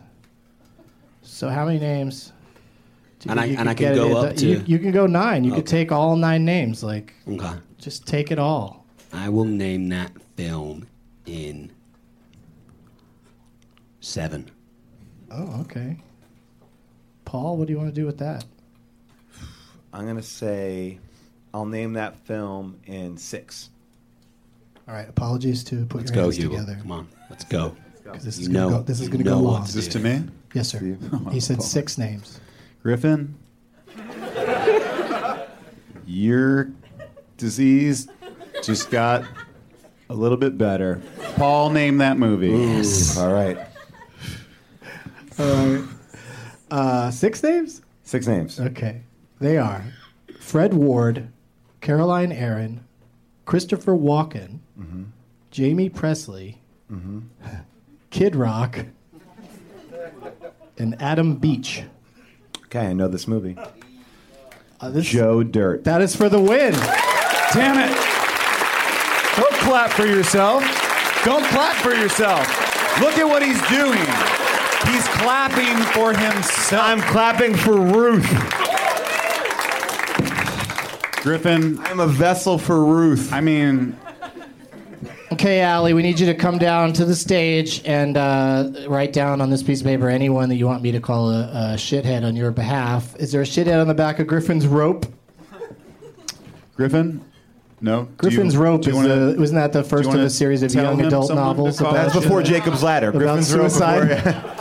[SPEAKER 2] So how many names? do you
[SPEAKER 3] And I-
[SPEAKER 2] think you
[SPEAKER 3] and I
[SPEAKER 2] could
[SPEAKER 3] can
[SPEAKER 2] get
[SPEAKER 3] go
[SPEAKER 2] it?
[SPEAKER 3] up to-
[SPEAKER 2] You, you can go nine. You could
[SPEAKER 3] Okay.
[SPEAKER 2] take all nine names. Like,
[SPEAKER 3] Okay.
[SPEAKER 2] just take it all.
[SPEAKER 3] I will name that film in seven.
[SPEAKER 2] Oh, okay. Paul, what do you want to do with that?
[SPEAKER 4] I'm gonna say, I'll name that film in six.
[SPEAKER 2] All right, apologies to put
[SPEAKER 3] Let's
[SPEAKER 2] your
[SPEAKER 3] go,
[SPEAKER 2] hands
[SPEAKER 3] Hugo.
[SPEAKER 2] together
[SPEAKER 3] Come on, let's go.
[SPEAKER 2] 'cause this is
[SPEAKER 3] You
[SPEAKER 2] gonna
[SPEAKER 3] know-
[SPEAKER 2] go. This is
[SPEAKER 3] you
[SPEAKER 2] going to go
[SPEAKER 3] know what
[SPEAKER 2] long.
[SPEAKER 3] to
[SPEAKER 5] Is this to me?
[SPEAKER 2] Yes, sir. He said six names.
[SPEAKER 5] Griffin, your disease just got a little bit better. Paul named that movie.
[SPEAKER 4] All right,
[SPEAKER 2] Uh, six names?
[SPEAKER 4] six
[SPEAKER 5] Uh,
[SPEAKER 4] names.
[SPEAKER 2] Okay, they are Fred Ward, Caroline Aaron, Christopher Walken, Jamie Presley, Kid Rock, and Adam Beach.
[SPEAKER 4] Okay, I know this movie.
[SPEAKER 2] Uh, this,
[SPEAKER 4] Joe Dirt.
[SPEAKER 2] That is for the win.
[SPEAKER 5] Damn it! Don't clap for yourself. Don't clap for yourself. Look at what he's doing. He's clapping for himself.
[SPEAKER 4] I'm clapping for Ruth.
[SPEAKER 5] Griffin,
[SPEAKER 4] I'm a vessel for Ruth.
[SPEAKER 5] I mean,
[SPEAKER 2] Okay, Allie, we need you to come down to the stage and uh, write down on this piece of paper anyone that you want me to call a, a shithead on your behalf. Is there a shithead on the back of Griffin's rope?
[SPEAKER 5] Griffin? No? Do you-
[SPEAKER 2] Griffin's rope
[SPEAKER 5] do
[SPEAKER 2] is
[SPEAKER 5] you wanna-
[SPEAKER 2] the, wasn't that the first of
[SPEAKER 5] wanna
[SPEAKER 2] a series of
[SPEAKER 5] tell
[SPEAKER 2] young
[SPEAKER 5] him
[SPEAKER 2] adult
[SPEAKER 5] someone to
[SPEAKER 2] novels?
[SPEAKER 5] call
[SPEAKER 4] That's
[SPEAKER 5] shit?
[SPEAKER 4] before Jacob's Ladder.
[SPEAKER 2] About
[SPEAKER 4] Griffin's rope
[SPEAKER 2] suicide?
[SPEAKER 4] before-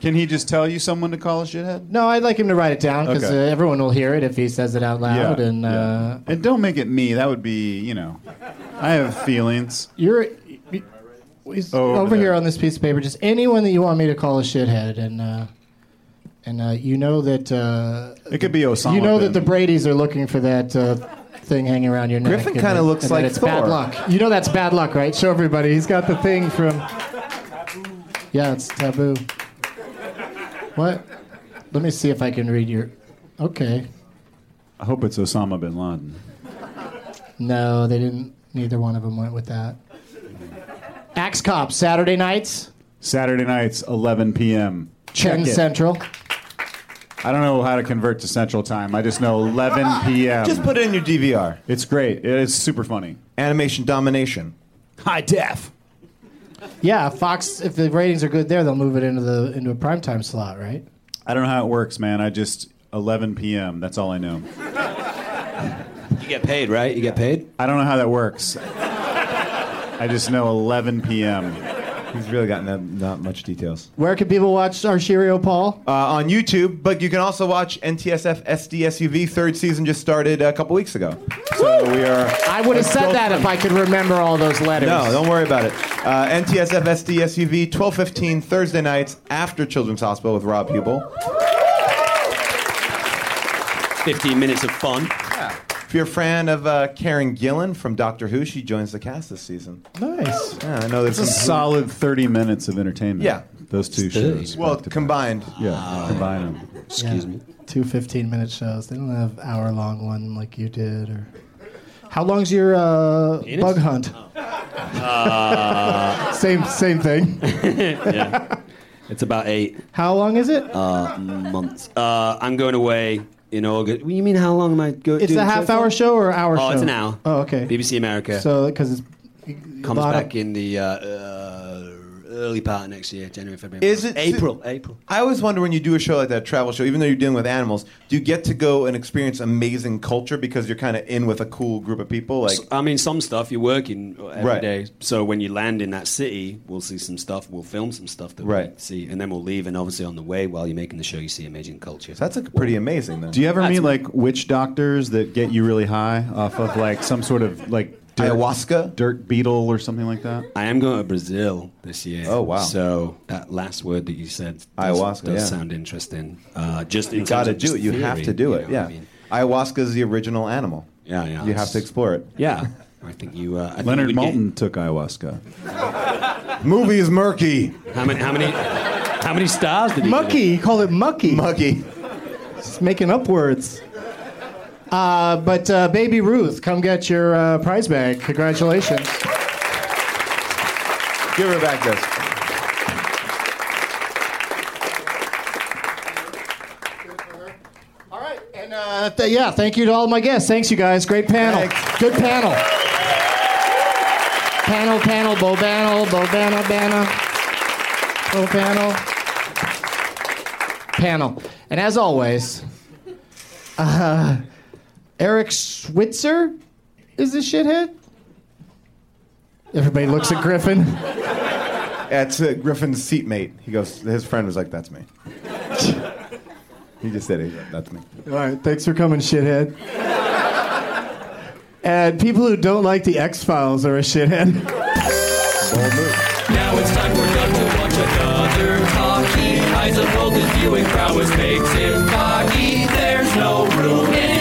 [SPEAKER 5] Can he just tell you someone to call a shithead?
[SPEAKER 2] No, I'd like him to write it down because
[SPEAKER 5] Okay.
[SPEAKER 2] uh, everyone will hear it if he says it out loud. and
[SPEAKER 5] yeah.
[SPEAKER 2] uh,
[SPEAKER 5] and don't make it me. That would be, you know, I have feelings.
[SPEAKER 2] you're he's
[SPEAKER 5] Oh,
[SPEAKER 2] over,
[SPEAKER 5] over
[SPEAKER 2] here
[SPEAKER 5] there.
[SPEAKER 2] on this piece of paper. Just anyone that you want me to call a shithead, and uh, and uh, you know that uh,
[SPEAKER 5] It could be Osama.
[SPEAKER 2] you know that
[SPEAKER 5] bin
[SPEAKER 2] the Brady's are looking for that. Uh, Thing hanging around your neck.
[SPEAKER 4] Griffin
[SPEAKER 2] and
[SPEAKER 4] kinda
[SPEAKER 2] that-
[SPEAKER 4] looks
[SPEAKER 2] and that
[SPEAKER 4] like
[SPEAKER 2] it's bad
[SPEAKER 4] Thor.
[SPEAKER 2] luck. You know that's bad luck, right? Show everybody. He's got the thing from. Yeah, it's taboo. What? Let me see if I can read your. Okay.
[SPEAKER 5] I hope it's Osama bin Laden.
[SPEAKER 2] No, they didn't. Neither one of them went with that. Axe Cop, Saturday nights,
[SPEAKER 5] Saturday nights, 11 p.m. Check
[SPEAKER 2] 10
[SPEAKER 5] it.
[SPEAKER 2] Central.
[SPEAKER 5] I don't know how to convert to Central Time. I just know 11 p.m.
[SPEAKER 4] Just put it in your DVR.
[SPEAKER 5] It's great. It is super funny.
[SPEAKER 4] Animation domination.
[SPEAKER 5] High def.
[SPEAKER 2] Yeah, Fox, if the ratings are good there, they'll move it into the into a primetime slot, right?
[SPEAKER 5] I don't know how it works, man. I just 11 p.m. That's all I know.
[SPEAKER 3] You get paid, right? You get paid?
[SPEAKER 5] I don't know how that works. I just know 11 p.m.
[SPEAKER 4] He's really gotten that, not much details.
[SPEAKER 2] Where can people watch Archirio Paul?
[SPEAKER 4] Uh, on YouTube, but you can also watch NTSF SDSUV. Third season just started a couple weeks ago. So we are.
[SPEAKER 2] I would have said that if I could remember all those letters.
[SPEAKER 4] No, don't worry about it. Uh, NTSF SDSUV, 1215 Thursday nights after Children's Hospital with Rob Hubel.
[SPEAKER 3] 15 minutes of fun.
[SPEAKER 4] If you're a fan of uh, Karen Gillan from Doctor Who, she joins the cast this season.
[SPEAKER 2] Nice.
[SPEAKER 4] Yeah, I know there's
[SPEAKER 5] It's a
[SPEAKER 4] some-
[SPEAKER 5] solid 30 minutes of entertainment.
[SPEAKER 4] Yeah.
[SPEAKER 5] Those two shows.
[SPEAKER 4] Well, combined.
[SPEAKER 5] yeah, combine them.
[SPEAKER 3] Excuse me.
[SPEAKER 2] Two 15 minute shows. They don't have hour long one like you did. or. How long's your uh,
[SPEAKER 3] Penis? Oh.
[SPEAKER 2] bug hunt? same same thing.
[SPEAKER 3] It's about eight
[SPEAKER 2] How long is it?
[SPEAKER 3] Uh, months. Uh, I'm going away in August. What do you mean, how long am I going
[SPEAKER 2] It's a half hour show or hour show?
[SPEAKER 3] Oh, it's an hour.
[SPEAKER 2] Oh, okay.
[SPEAKER 3] BBC America.
[SPEAKER 2] So, because it's
[SPEAKER 3] comes
[SPEAKER 2] lot of-
[SPEAKER 3] back in the uh, uh, early part of next year, January, February.
[SPEAKER 4] Is
[SPEAKER 3] March.
[SPEAKER 4] it
[SPEAKER 3] April? April.
[SPEAKER 4] I always wonder when you do a show like that, a travel show, even though you're dealing with animals, do you get to go and experience amazing culture because you're kind of in with a cool group of people? Like,
[SPEAKER 3] I mean, some stuff you're working every day.
[SPEAKER 4] Right.
[SPEAKER 3] So when you land in that city, we'll see some stuff. We'll film some stuff that we
[SPEAKER 4] Right.
[SPEAKER 3] see, and then we'll leave. And obviously, on the way while you're making the show, you see amazing culture.
[SPEAKER 4] that's like pretty amazing. Then.
[SPEAKER 5] Do you ever
[SPEAKER 3] That's-
[SPEAKER 5] meet like witch doctors that get you really high off of like some sort of like dirt,
[SPEAKER 4] Ayahuasca?
[SPEAKER 5] dirt beetle or something like that?
[SPEAKER 3] I am going to Brazil this year.
[SPEAKER 4] Oh, wow.
[SPEAKER 3] So that last word that you said, does,
[SPEAKER 4] Ayahuasca,
[SPEAKER 3] does
[SPEAKER 4] yeah.
[SPEAKER 3] sound interesting. Uh, just you
[SPEAKER 4] got to do it. You have to do it. Yeah.
[SPEAKER 3] I mean?
[SPEAKER 4] Ayahuasca is the original animal.
[SPEAKER 3] Yeah, yeah.
[SPEAKER 4] You have to explore it.
[SPEAKER 3] Yeah. I think you. Uh, I think
[SPEAKER 5] Leonard
[SPEAKER 3] you would get-
[SPEAKER 5] Maltin took ayahuasca.
[SPEAKER 4] Movie is murky.
[SPEAKER 3] How many? How many? How many stars did he? give it?
[SPEAKER 2] Mucky. You call it Mucky.
[SPEAKER 4] Muggy.
[SPEAKER 2] It's making up words. Uh, but uh, Baby Ruth, come get your uh, prize bag. Congratulations.
[SPEAKER 4] Give her back this.
[SPEAKER 2] All right. And uh, th- yeah, thank you to all my guests. Thanks, you guys. Great panel.
[SPEAKER 4] Thanks.
[SPEAKER 2] Good panel. Panel, panel, bo panel, bo banner, banner, bo panel, panel. And as always, uh, Eric Schwitzer is the shithead. Everybody looks at Griffin.
[SPEAKER 4] That's uh, Griffin's seatmate. He goes, his friend was like, that's me. he just said, it. He's like, that's me.
[SPEAKER 2] All right, thanks for coming, shithead. and people who don't like the X Files are a shithead.
[SPEAKER 4] Bold move.
[SPEAKER 1] Now it's time for Doug to watch another talkie. Eyes of both his viewing prowess makes him cocky. There's no room in